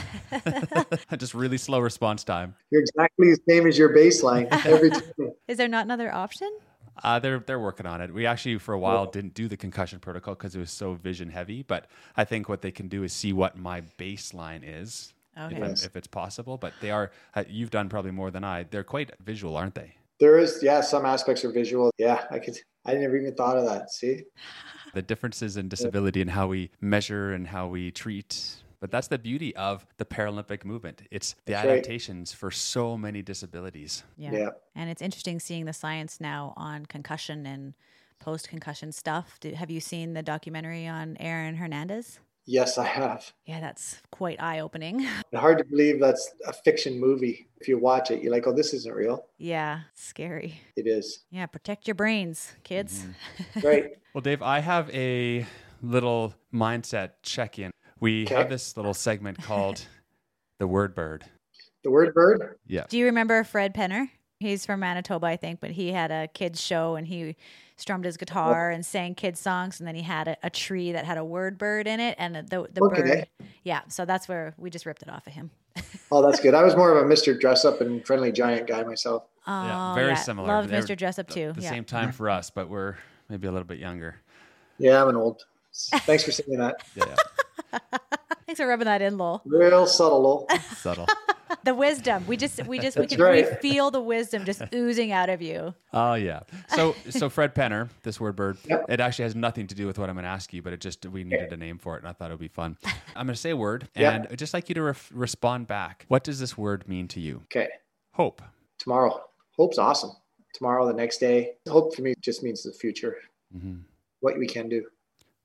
S3: <laughs> just really slow response time.
S1: You're exactly the same as your
S2: <laughs>
S1: baseline every time.
S2: Is there not another option?
S3: Uh, they're they're working on it. We actually for a while didn't do the concussion protocol because it was so vision heavy. But I think what they can do is see what my baseline is, if,
S2: Okay.
S3: I'm-
S1: Yes.
S3: if it's possible. But they are uh, you've done probably more than I. They're quite visual, aren't they?
S1: There is, yeah, some aspects are visual. Yeah, I could. I never even thought of that. See,
S3: the differences in disability and how we measure and how we treat. But that's the beauty of the Paralympic movement. It's the
S1: That's right.
S3: adaptations for so many disabilities.
S2: Yeah.
S1: yeah.
S2: And it's interesting seeing the science now on concussion and post concussion stuff. Do, have you seen the documentary on Aaron Hernandez?
S1: yes, I have.
S2: Yeah, that's quite eye opening.
S1: And hard to believe that's a fiction movie. If you watch it, you're like, oh, this isn't real.
S2: <laughs> yeah, scary.
S1: It is.
S2: Yeah, protect your brains, kids.
S1: Right.
S3: Well, Dave, I have a little mindset check in. We have
S1: Okay.
S3: this little
S1: <laughs>
S3: segment called The Word Bird.
S1: the word bird.
S3: Yeah.
S2: Do you remember Fred Penner? He's from Manitoba, I think, but he had a kids show and he strummed his guitar
S1: Oh.
S2: and sang kids songs. And then he had a, a tree that had a word bird in it, and the the
S1: Okay.
S2: bird. Yeah, so that's where we just ripped it off of him.
S1: Oh, that's good. I was more of a Mr. Dress Up and Friendly Giant guy myself.
S2: Oh,
S3: Yeah, very similar.
S2: Loved
S3: They're
S2: Mr. Dress Up too.
S3: The
S2: yeah.
S3: same time for us, but we're maybe a little bit younger.
S1: Yeah, I'm an old Thanks for saying that.
S3: Yeah,
S2: <laughs> Thanks for rubbing that in,
S3: <laughs>
S2: Lowell.
S1: Real subtle, Lowell.
S3: yeah. <laughs> subtle.
S2: The wisdom. We just we just we
S1: That's
S2: can we
S1: right.
S2: feel the
S3: <laughs>
S2: wisdom just oozing out of you.
S3: Oh yeah.
S1: <laughs>
S3: So so Fred Penner, this word bird,
S1: Yep.
S3: it actually has nothing to do with what I'm going to ask you, but it just we needed a name for it, and I thought it would
S1: <laughs>
S3: be fun. I'm going to say a word,
S1: Yep.
S3: and I'd just like you to ref respond back. What does this word mean to you?
S1: Okay.
S3: Hope.
S1: Tomorrow. Hope's awesome. Tomorrow, the next day. Hope for me just means the future,
S3: hmm
S1: what we can do,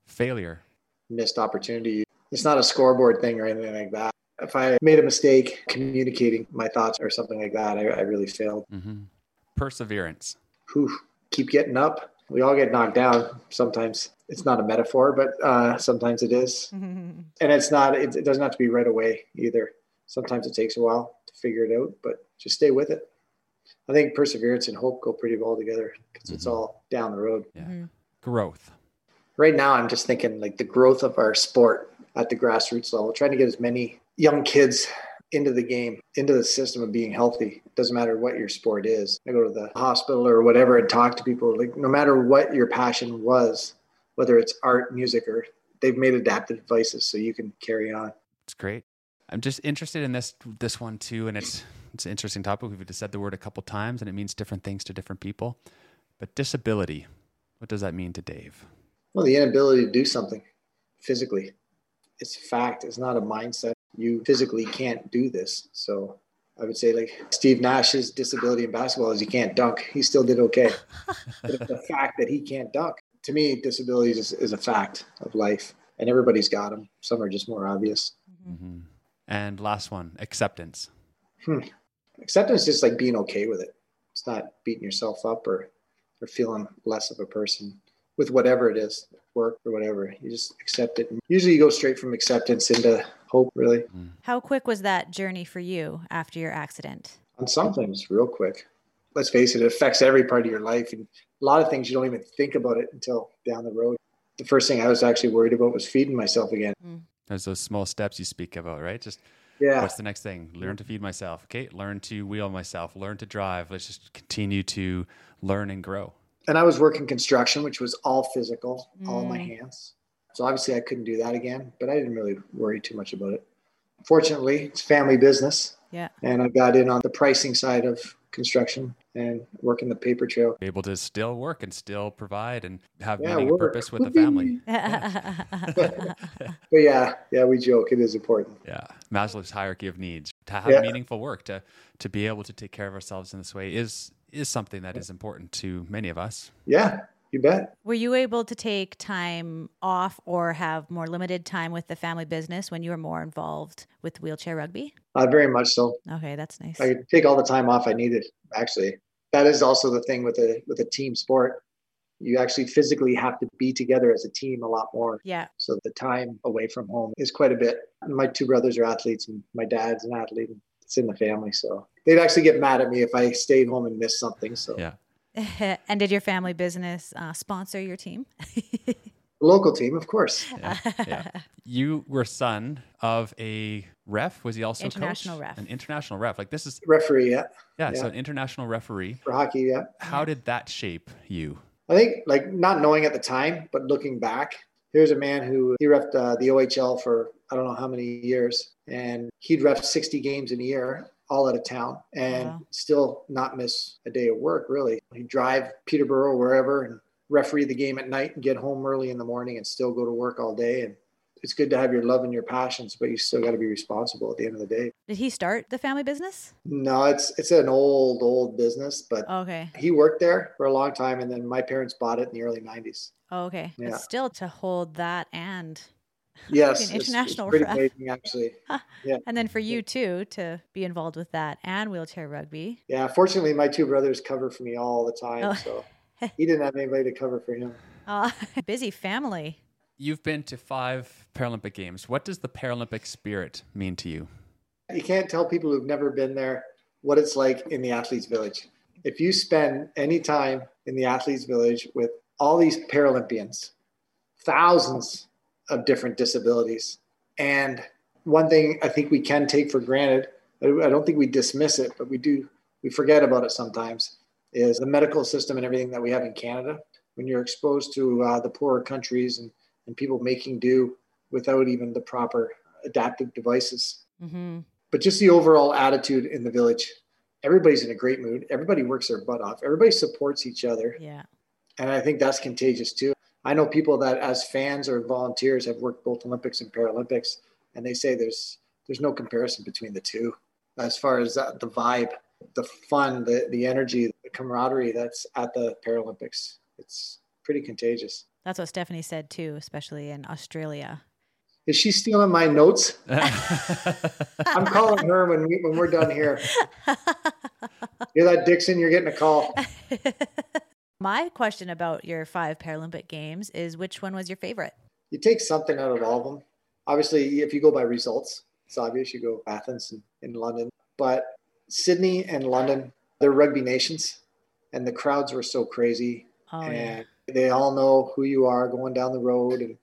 S3: Failure.
S1: missed opportunity. It's not a scoreboard thing or anything like that. If I made a mistake communicating my thoughts or something like that, I, I really failed.
S3: hmm Perseverance.
S1: Whew, keep getting up. We all get knocked down sometimes. It's not a metaphor, but uh, sometimes it is.
S2: Mm-hmm.
S1: And it's not, it, it doesn't have to be right away either. Sometimes it takes a while to figure it out, but just stay with it. I think perseverance and hope go pretty well together because it's
S3: Mhm.
S1: all down the road.
S3: Yeah.
S2: Mm-hmm.
S3: Growth.
S1: right now i'm just thinking like the growth of our sport at the grassroots level trying to get as many young kids into the game into the system of being healthy doesn't matter what your sport is i go to the hospital or whatever and talk to people like no matter what your passion was whether it's art music or they've made adaptive devices so you can carry on
S3: It's great. I'm just interested in this this one too, and it's it's an interesting topic. We've just said the word a couple times, and it means different things to different people. But disability, what does that mean to Dave?
S1: well the inability to do something physically it's a fact it's not a mindset you physically can't do this so i would say like steve nash's disability in basketball is he can't dunk he still did okay but it's the fact that he can't dunk to me disabilities is, is a fact of life and everybody's got them some are just more obvious
S3: hmm And last one, acceptance.
S1: acceptance is just like being okay with it it's not beating yourself up or or feeling less of a person with whatever it is work or whatever you just accept it usually you go straight from acceptance into hope really
S2: How quick was that journey for you after your accident?
S1: on some things real quick. Let's face it, it affects every part of your life. And a lot of things you don't even think about it until down the road. The first thing I was actually worried about was feeding myself again.
S3: There's those small steps you speak about, right? Just
S1: Yeah.
S3: what's the next thing? Learn to feed myself. Okay, learn to wheel myself. Learn to drive. Let's just continue to learn and grow.
S1: And I was working construction, which was all physical, all my
S2: Mm.
S1: hands. So obviously I couldn't do that again, but I didn't really worry too much about it. Fortunately, it's family business.
S2: Yeah.
S1: And I got in on the pricing side of construction and working the paper trail.
S3: Be able to still work and still provide and have
S1: Yeah,
S3: meaning and
S1: work.
S3: purpose with the family.
S2: <laughs>
S3: <laughs>
S1: But yeah, yeah, we joke. It is important.
S3: Yeah, Maslow's hierarchy of needs to have
S1: Yeah.
S3: meaningful work to to be able to take care of ourselves in this way is is something that is important to many of us.
S1: Yeah, you bet.
S2: Were you able to take time off or have more limited time with the family business when you were more involved with wheelchair rugby?
S1: Uh, very much so.
S2: Okay, that's nice.
S1: I could take all the time off I needed. Actually, that is also the thing with a with a team sport. You actually physically have to be together as a team a lot more.
S2: yeah. <laughs>
S1: So the time away from home is quite a bit. My two brothers are athletes, and my dad's an athlete. and It's in the family, so they'd actually get mad at me if I stayed home and missed something. So
S3: Yeah.
S2: and did your family business uh, sponsor your team?
S1: local team, of course.
S3: Yeah, yeah. You were son of a ref. Was he also a coach?
S2: International ref.
S3: An international ref. Like this is
S1: Referee, yeah,
S3: yeah. So
S1: Yeah.
S3: an international referee.
S1: for hockey, yeah.
S3: How did that shape you?
S1: I think like not knowing at the time, but looking back, here's a man who he refed uh, the OHL for I don't know how many years, and he'd ref 60 games in a year, all out of town, and
S2: Wow.
S1: still not miss a day of work. Really, he'd drive Peterborough wherever and referee the game at night and get home early in the morning and still go to work all day. And it's good to have your love and your passions, but you still got to be responsible at the end of the day.
S2: <laughs> did he start the family business?
S1: No, it's it's an old old business, but.
S2: Okay.
S1: He worked there for a long time, and then my parents bought it in the early '90s.
S2: Oh, okay. But
S1: Yeah.
S2: still to hold that and
S1: Yes,
S2: an international
S1: pretty
S2: ref.
S1: amazing, actually.
S2: and then for you too to be involved with that and wheelchair rugby.
S1: Yeah, fortunately, my two brothers cover for me all the time,
S2: Oh. <laughs>
S1: so he didn't have anybody to cover for him.
S2: Uh, <laughs> busy family.
S3: You've been to five Paralympic Games. What does the Paralympic spirit mean to <laughs> you?
S1: You can't tell people who've never been there what it's like in the athletes' village. If you spend any time in the athletes' village with all these Paralympians, thousands of different disabilities, and one thing I think we can take for granted, I I don't think we dismiss it, but we do, we forget about it sometimes, is the medical system and everything that we have in Canada. When you're exposed to uh, the poorer countries and and people making do without even the proper adaptive devices.
S2: Mm-hmm.
S1: But just the overall attitude in the village. Everybody's in a great mood. Everybody works their butt off. Everybody supports each other.
S2: Yeah.
S1: And I think that's contagious too. I know people that as fans or volunteers have worked both Olympics and Paralympics and they say there's there's no comparison between the two as far as that, the vibe, the fun, the the energy, the camaraderie that's at the Paralympics. It's pretty contagious.
S2: That's what Stephanie said too, especially in Australia. <laughs>
S1: Is she stealing my notes?
S3: Mm-hmm.
S1: I'm calling her when we when we're done here. Hear that, Dixon? You're getting a call.
S2: <laughs> My question about your five Paralympic Games is which one was your favorite?
S1: You take something out of all of them. Obviously, if you go by results, it's obvious you go Athens and, and London. But Sydney and London, they're rugby nations, and the crowds were so crazy.
S2: Oh, yeah.
S1: and they all know who you are going down the road and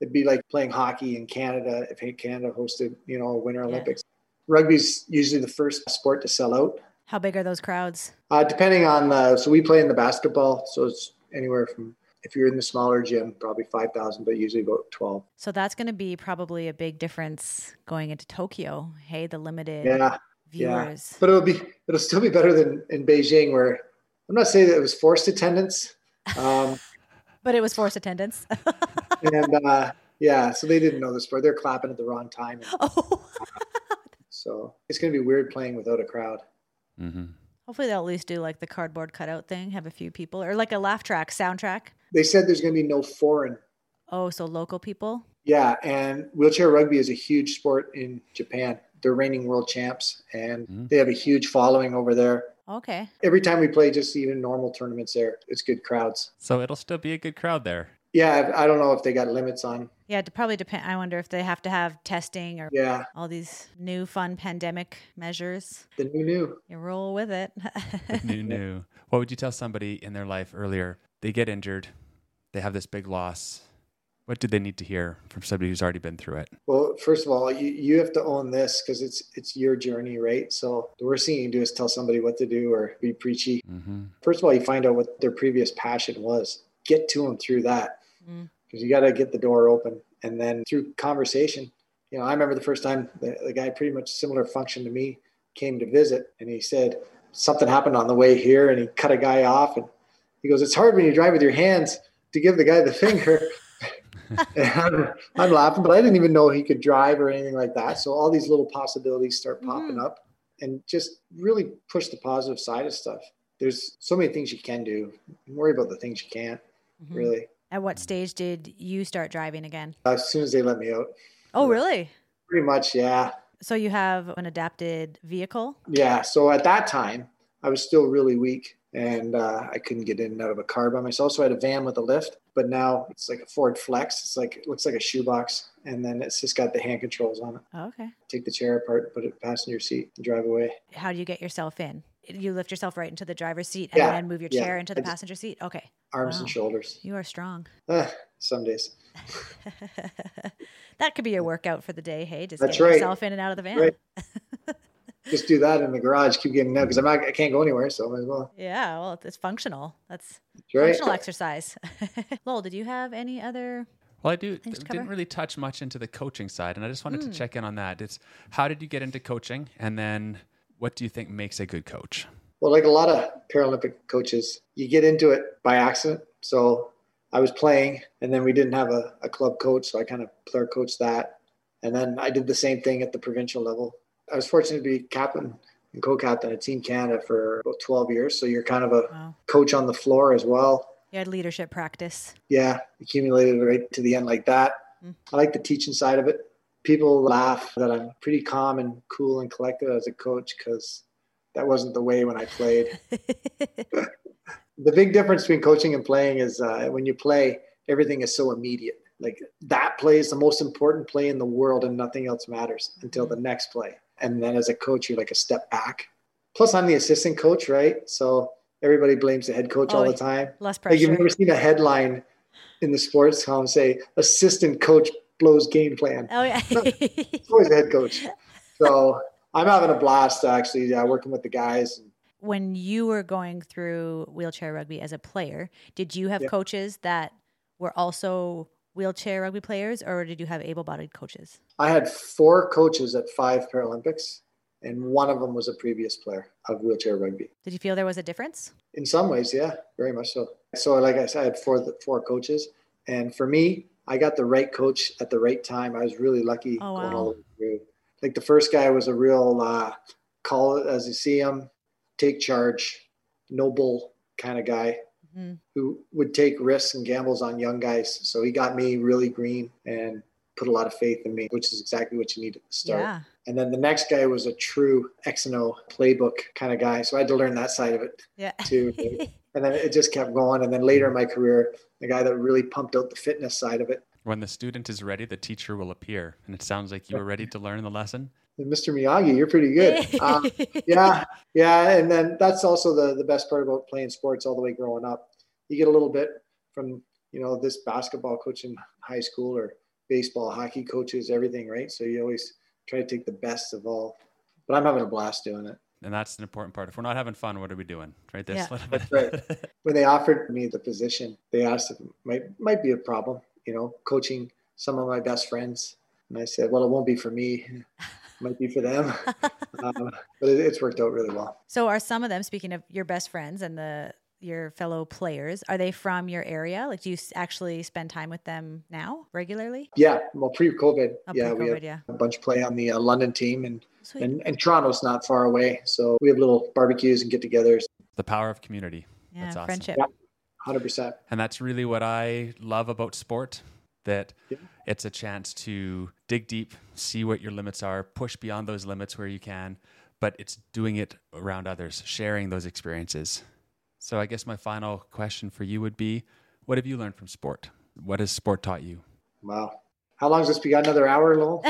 S1: it'd be like playing hockey in canada if hey, canada hosted you know a winter olympics rugby's usually the first sport to sell out
S2: How big are those crowds?
S1: uh, depending on the so we play in the basketball so it's anywhere from if you're in the smaller gym probably 5000 but usually about 12
S2: So that's going to be probably a big difference going into Tokyo. Hey, the limited
S1: yeah yeah.
S2: viewers.
S1: but it'll be it'll still be better than in beijing where i'm not saying that it was forced attendance um,
S2: But it was forced attendance. <laughs>
S1: and uh, yeah so they didn't know the sport they're clapping at the wrong time and
S2: oh.
S1: So it's going to be weird playing without a crowd.
S3: mm-hmm.
S2: Hopefully they'll at least do like the cardboard cutout thing, have a few people or like a laugh track, soundtrack.
S1: They said there's going to be no foreign.
S2: Oh, so local people.
S1: Yeah, and wheelchair rugby is a huge sport in Japan. They're reigning world champs and
S3: Mhm.
S1: they have a huge following over there.
S2: Okay.
S1: Every time we play just even normal tournaments there, it's good crowds.
S3: So it'll still be a good crowd <laughs> there.
S1: Yeah, I I don't know if they got limits on.
S2: Yeah, it probably depend. I wonder if they have to have testing or
S1: Yeah,
S2: all these new fun pandemic measures.
S1: the new new.
S2: You roll with it. <laughs>
S3: new, new. What would you tell somebody in their life earlier? They get injured, they have this big loss. What do they need to hear from somebody who's already been through it?
S1: Well, first of all, you, you have to own this because it's it's your journey, right? So the worst thing you can do is tell somebody what to do or be preachy.
S3: Mm-hmm.
S1: First of all, you find out what their previous passion was. Get to them through that
S2: Mm.
S1: because you got to get the door open. And then through conversation, you know, I remember the first time the, the guy, pretty much similar function to me, came to visit and he said, Something happened on the way here and he cut a guy off. And he goes, It's hard when you drive with your hands to give the guy the finger. <laughs> and I'm, I'm laughing, but I didn't even know he could drive or anything like that. So all these little possibilities start popping
S2: Mhm.
S1: up and just really push the positive side of stuff. There's so many things you can do. Don't worry about the things you can't,
S2: Mhm.
S1: really.
S2: At what stage did you start driving again?
S1: As soon as they let me out,
S2: Oh,
S1: Yeah.
S2: really?
S1: pretty much, yeah.
S2: So you have an adapted vehicle?
S1: Yeah. So at that time, I was still really weak and uh, I couldn't get in and out of a car by myself. So I had a van with a lift, but now it's like a Ford Flex. It's like, it looks like a shoebox. And then it's just got the hand controls on it.
S2: Oh, okay.
S1: Take the chair apart, put it in passenger seat, and drive away.
S2: How do you get yourself in? You lift yourself right into the driver's seat and
S1: Yeah,
S2: then move your
S1: yeah.
S2: chair into
S1: I
S2: the
S1: just-
S2: passenger seat? Okay.
S1: Arms
S2: Wow.
S1: and shoulders.
S2: You are strong. <laughs>
S1: Ah, some days.
S2: that could be your workout for the day. Hey, just
S1: That's
S2: get
S1: right.
S2: yourself in and out of the van.
S1: Right. Just do that in the garage. Keep getting out because I'm not, I can't go anywhere. So I might as well.
S2: Yeah, well, it's functional. That's
S1: Right.
S2: functional exercise. <laughs> Lowell, did you have any other?
S3: Well, I do
S2: Things to
S3: didn't
S2: cover?
S3: really touch much into the coaching side, and I just wanted to check in on that. It's how did you get into coaching, and then what do you think makes a good coach?
S1: Well, like a lot of Paralympic coaches, you get into it by accident. So I was playing, and then we didn't have a, a club coach, so I kind of player coached that. And then I did the same thing at the provincial level. I was fortunate to be captain and co captain of Team Canada for about 12 years. So you're kind of a
S2: Wow,
S1: coach on the floor as well.
S2: you had leadership practice. <laughs>
S1: Yeah, accumulated right to the end like that.
S2: Mm.
S1: I like the teaching side of it. People laugh that I'm pretty calm and cool and collected as a coach because that wasn't the way when I played the big difference between coaching and playing is uh, when you play, everything is so immediate. Like that play is the most important play in the world, and nothing else matters until the next play. And then as a coach, you're like a step back. Plus, I'm the assistant coach, right? So everybody blames the head coach all
S2: Oh,
S1: the time.
S2: Less
S1: Like you've
S2: pressure.
S1: never seen a headline in the sports column say "assistant coach blows game plan." <laughs>
S2: Oh yeah.
S1: It's
S2: <laughs>
S1: always the head coach. So I'm having a blast actually, yeah, working with the guys.
S2: when you were going through wheelchair rugby as a player, did you have
S1: Yeah.
S2: coaches that were also wheelchair rugby players, or did you have able bodied coaches?
S1: I had four coaches at five Paralympics, and one of them was a previous player of wheelchair rugby.
S2: Did you feel there was a difference?
S1: In some ways, yeah, very much so. So, like I said, I had four four coaches, and for me, I got the right coach at the right time. I was really lucky
S2: Oh,
S1: going
S2: wow.
S1: all the way through. Like the first guy was a real uh, call it as you see him, take charge, noble kind of guy
S2: hmm
S1: who would take risks and gambles on young guys. So he got me really green and put a lot of faith in me, which is exactly what you need at the start.
S2: Yeah.
S1: And then the next guy was a true X and O playbook kind of guy. So I had to learn that side of it
S2: Yeah.
S1: too.
S2: <laughs>
S1: and then it just kept going. And then later in my career, the guy that really pumped out the fitness side of it,
S3: When the student is ready, the teacher will appear. And it sounds like you were ready to learn the lesson.
S1: Mr. Miyagi, you're pretty good.
S2: <laughs>
S1: Um, yeah, yeah, and then that's also the the best part about playing sports all the way growing up. You get a little bit from you know this basketball coach in high school or baseball, hockey coaches, everything, right? So you always try to take the best of all. But I'm having a blast doing it.
S3: And that's an important part. If we're not having fun, what are we doing? Right?
S2: Yeah.
S1: That's
S3: <laughs>
S1: right. When they offered me the position, they asked if it might might be a problem, you know, coaching some of my best friends, and I said, well, it won't be for me. Might be for
S2: <laughs>
S1: them, um, but it, it's worked out really well.
S2: so, are some of them speaking of your best friends and the your fellow players? Are they from your area? Like, do you s- actually spend time with them now regularly?
S1: Yeah, well, pre-COVID,
S2: Oh,
S1: yeah, we
S2: pre-COVID,
S1: have
S2: yeah.
S1: a bunch play on the uh, London team, and,
S2: Sweet.
S1: and and Toronto's not far away, so we have little barbecues and get-togethers.
S3: the power of community.
S2: yeah,
S3: that's awesome.
S2: friendship. <laughs>
S1: Yeah. Hundred percent.
S3: And that's really what I love about sport that
S1: Yeah.
S3: it's a chance to dig deep, see what your limits are, push beyond those limits where you can, but it's doing it around others, sharing those experiences. So I guess my final question for you would be what have you learned from sport? What has sport taught you?
S1: Wow. How long has this? Be got another hour, Lowell?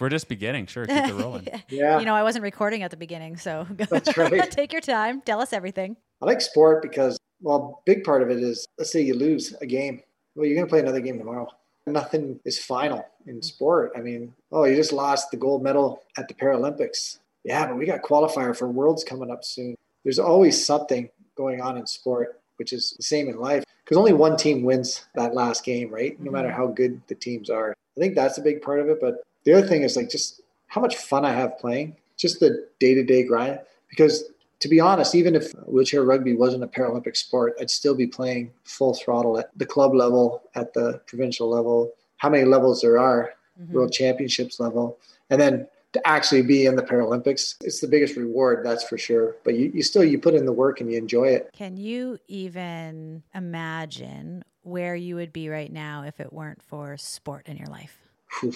S3: We're just beginning, sure, keep it
S2: <laughs>
S3: rolling.
S1: Yeah,
S2: Eh, You know, I wasn't recording at the beginning, so <laughs>
S1: That's right.
S2: take your time. Tell us everything.
S1: I like sport because well, big part of it is let's say you lose a game, well, you're gonna play another game tomorrow. Nothing is final in sport. I mean, oh, you just lost the gold medal at the Paralympics. Yeah, but we got qualifier for Worlds coming up soon. There's always something going on in sport, which is the same in life because only one team wins that last game, right? No matter how good the teams are. I think that's a big part of it. But the other thing is like just how much fun I have playing, just the day to day grind. Because to be honest, even if wheelchair rugby wasn't a Paralympic sport, I'd still be playing full throttle at the club level, at the provincial level, how many levels there are,
S2: Mhm.
S1: world championships level. And then to actually be in the Paralympics, it's the biggest reward, that's for sure. But you, you still you put in the work and you enjoy it.
S2: Can you even imagine where you would be right now if it weren't for sport in your life?
S1: Phew.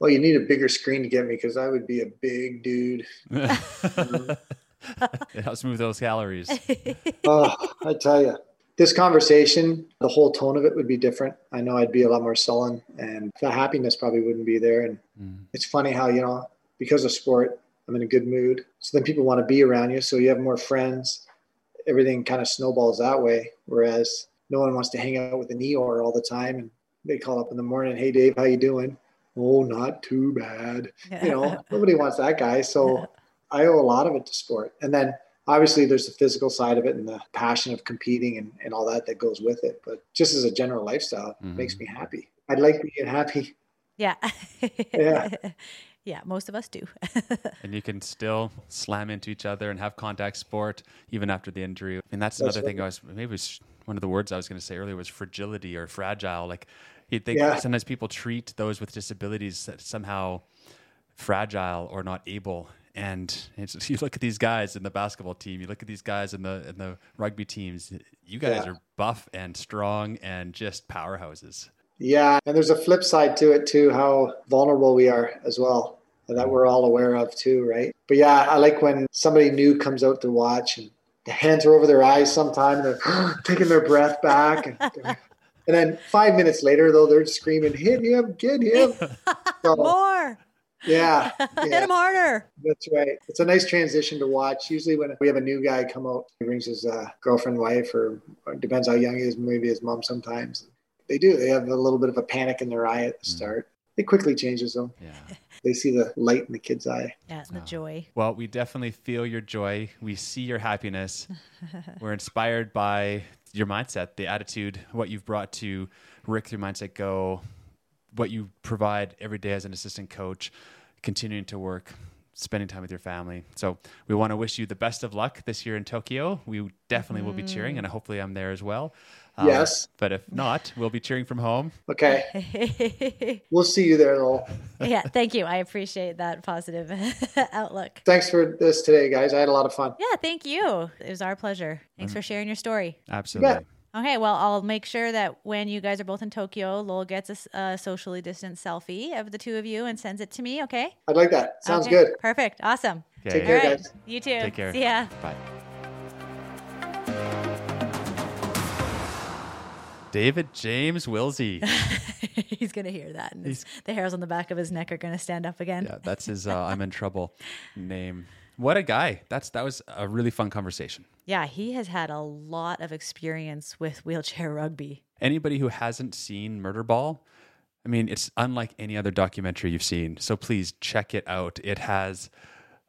S1: Well, you need a bigger screen to get me because I would be a big dude.
S3: it helps move
S1: <laughs>
S3: those calories.
S1: oh, I tell you, this conversation, the whole tone of it would be different. I know I'd be a lot more sullen and the happiness probably wouldn't be there. And
S3: Mm.
S1: it's funny how, you know, because of sport, I'm in a good mood. So then people want to be around you. So you have more friends. Everything kind of snowballs that way. Whereas no one wants to hang out with an Eeyore all the time. And they call up in the morning, hey, Dave, how you doing? Oh, not too bad you know nobody wants that guy so i owe a lot of it to sport and then obviously there's the physical side of it and the passion of competing and, and all that that goes with it but just as a general lifestyle it makes me happy i'd like being happy
S2: <laughs> yeah.
S1: Yeah.
S2: <laughs> Yeah, most of us do.
S3: and you can still slam into each other and have contact sport even after the injury. I mean, that's,
S1: That's
S3: another thing I was maybe it was one of the words I was going to say earlier was fragility or fragile. Like you think
S1: Yeah.
S3: sometimes people treat those with disabilities that somehow fragile or not able. And it's, <laughs> you look at these guys in the basketball team, you look at these guys in the in the rugby teams. You guys
S1: Yeah.
S3: are buff and strong and just powerhouses.
S1: yeah and there's a flip side to it too how vulnerable we are as well and that we're all aware of too right but yeah i like when somebody new comes out to watch and the hands are over their eyes sometime and they're <gasps> taking their breath back and, and then five minutes later though they're screaming hit him get
S2: <laughs>
S1: him So-
S2: More.
S1: Yeah,
S2: Hit
S1: yeah,
S2: them harder.
S1: that's right. It's a nice transition to watch. Usually, when we have a new guy come out, he brings his uh, girlfriend, wife, or, or depends how young he is, maybe his mom sometimes. They do. They have a little bit of a panic in their eye at the
S3: Mm.
S1: start. It quickly changes them.
S3: Yeah.
S1: They see the light in the kid's eye.
S2: Yeah, and the
S3: Oh.
S2: joy.
S3: Well, we definitely feel your joy. We see your happiness. We're inspired by your mindset, the attitude, what you've brought to Rick through Mindset Go, what you provide every day as an assistant coach, continuing to work, spending time with your family. So we want to wish you the best of luck this year in Tokyo. We definitely will be cheering, and hopefully I'm there as well. Um,
S1: Yes.
S3: But if not, we'll be cheering from home.
S1: Okay. We'll see you there, Lowell.
S2: <laughs> yeah, thank you. I appreciate that positive <laughs> outlook.
S1: Thanks for this today, guys. I had a lot of fun.
S2: Yeah, thank you. It was our pleasure. Thanks for sharing your story.
S3: Absolutely.
S2: Okay, well, I'll make sure that when you guys are both in Tokyo, Lowell gets a s- a, socially distanced selfie of the two of you and sends it to me, okay?
S1: I'd like that. Sounds
S2: Okay,
S1: good.
S2: Perfect. Awesome.
S3: Okay.
S1: Take care,
S2: All right.
S1: guys.
S2: You too.
S3: Take care.
S2: See ya. <laughs>
S3: Bye. David James Wilsey.
S2: He's going to hear that. And
S3: He's-
S2: the hairs on the back of his neck are going to stand up again.
S3: Yeah, that's his uh, I'm in trouble name. What a guy. That's that was a really fun conversation.
S2: Yeah, he has had a lot of experience with wheelchair rugby.
S3: Anybody who hasn't seen Murder Ball, I mean, it's unlike any other documentary you've seen. So please check it out. It has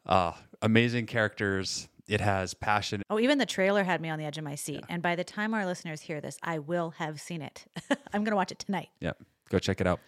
S3: uh, amazing characters. It has passion.
S2: Oh, even the trailer had me on the edge of my seat. And by the time our listeners hear this, I will have seen it. <laughs> I'm going to watch it tonight.
S3: Yeah, go check it out.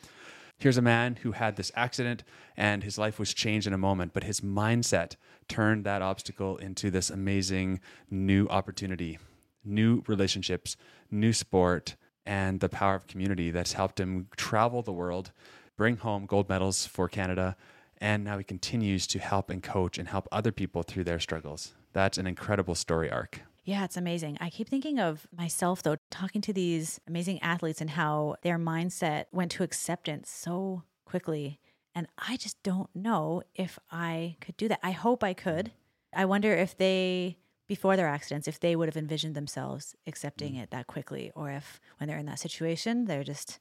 S3: Here's a man who had this accident and his life was changed in a moment, but his mindset turned that obstacle into this amazing new opportunity, new relationships, new sport, and the power of community that's helped him travel the world, bring home gold medals for Canada, and now he continues to help and coach and help other people through their struggles. That's an incredible story arc.
S2: Yeah, it's amazing. I keep thinking of myself, though, talking to these amazing athletes and how their mindset went to acceptance so quickly. And I just don't know if I could do that. I hope I could. I wonder if they, before their accidents, if they would have envisioned themselves accepting it that quickly, or if when they're in that situation, they're just,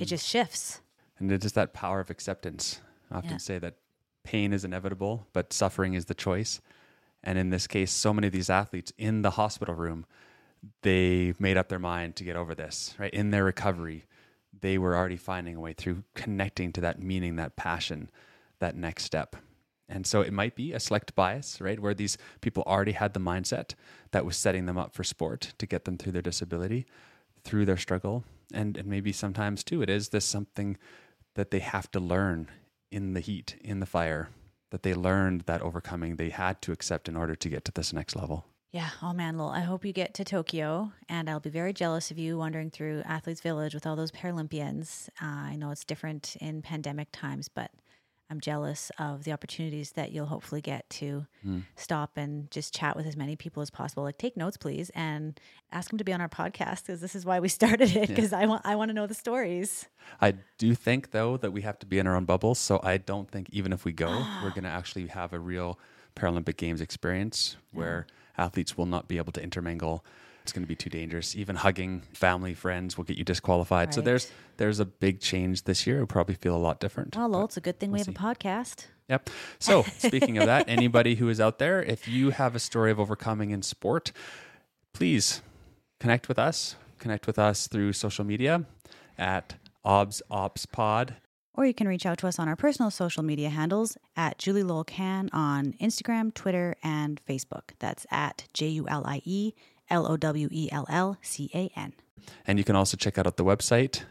S2: it just shifts.
S3: And it's just that power of acceptance. I often
S2: Yeah.
S3: say that pain is inevitable, but suffering is the choice. And in this case, so many of these athletes in the hospital room, they made up their mind to get over this, right? In their recovery, they were already finding a way through connecting to that meaning, that passion, that next step. And so it might be a select bias, right? Where these people already had the mindset that was setting them up for sport to get them through their disability, through their struggle. And, and maybe sometimes too, it is this something that they have to learn in the heat, in the fire, that they learned that overcoming they had to accept in order to get to this next level.
S2: Yeah. Oh man, Lowell, I hope you get to Tokyo, and I'll be very jealous of you wandering through Athletes Village with all those Paralympians. Uh, I know it's different in pandemic times, but I'm jealous of the opportunities that you'll hopefully get to stop and just chat with as many people as possible. Like, take notes, please, and ask them to be on our podcast because this is why we started it. Because I want I want to know the stories.
S3: I do think, though, that we have to be in our own bubble. So I don't think, even if we
S2: <gasps>
S3: go, we're going to actually have a real Paralympic Games experience where athletes will not be able to intermingle. It's going to be too dangerous. Even hugging family, friends will get you disqualified. So
S2: Right.
S3: there's there's a big change this year. It'll probably feel a lot different.
S2: Well, Lowell, it's a good thing we have a podcast.
S3: Yep. So, speaking of that, anybody who is out there, if you have a story of overcoming in sport, please connect with us. Connect with us through social media at OBS Ops Pod.
S2: Or you can reach out to us on our personal social media handles at Julie Lowell Can on Instagram, Twitter, and Facebook. That's at J U L I E L O W E L L C A N.
S3: And you can also check out the website,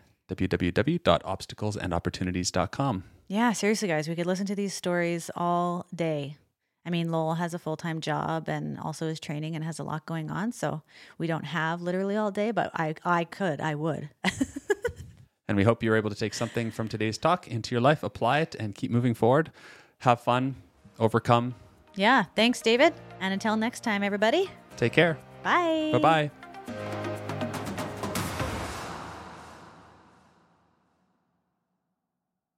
S3: www.obstaclesandopportunities.com.
S2: Yeah, seriously, guys, we could listen to these stories all day. I mean, Lowell has a full time job and also is training and has a lot going on. So we don't have literally all day, but I, I could, I would. <laughs>
S3: And we hope you're able to take something from today's talk into your life, apply it, and keep moving forward. Have fun, overcome,
S2: yeah. Thanks, David. And until next time, everybody,
S3: take care.
S2: bye.
S3: Bye bye.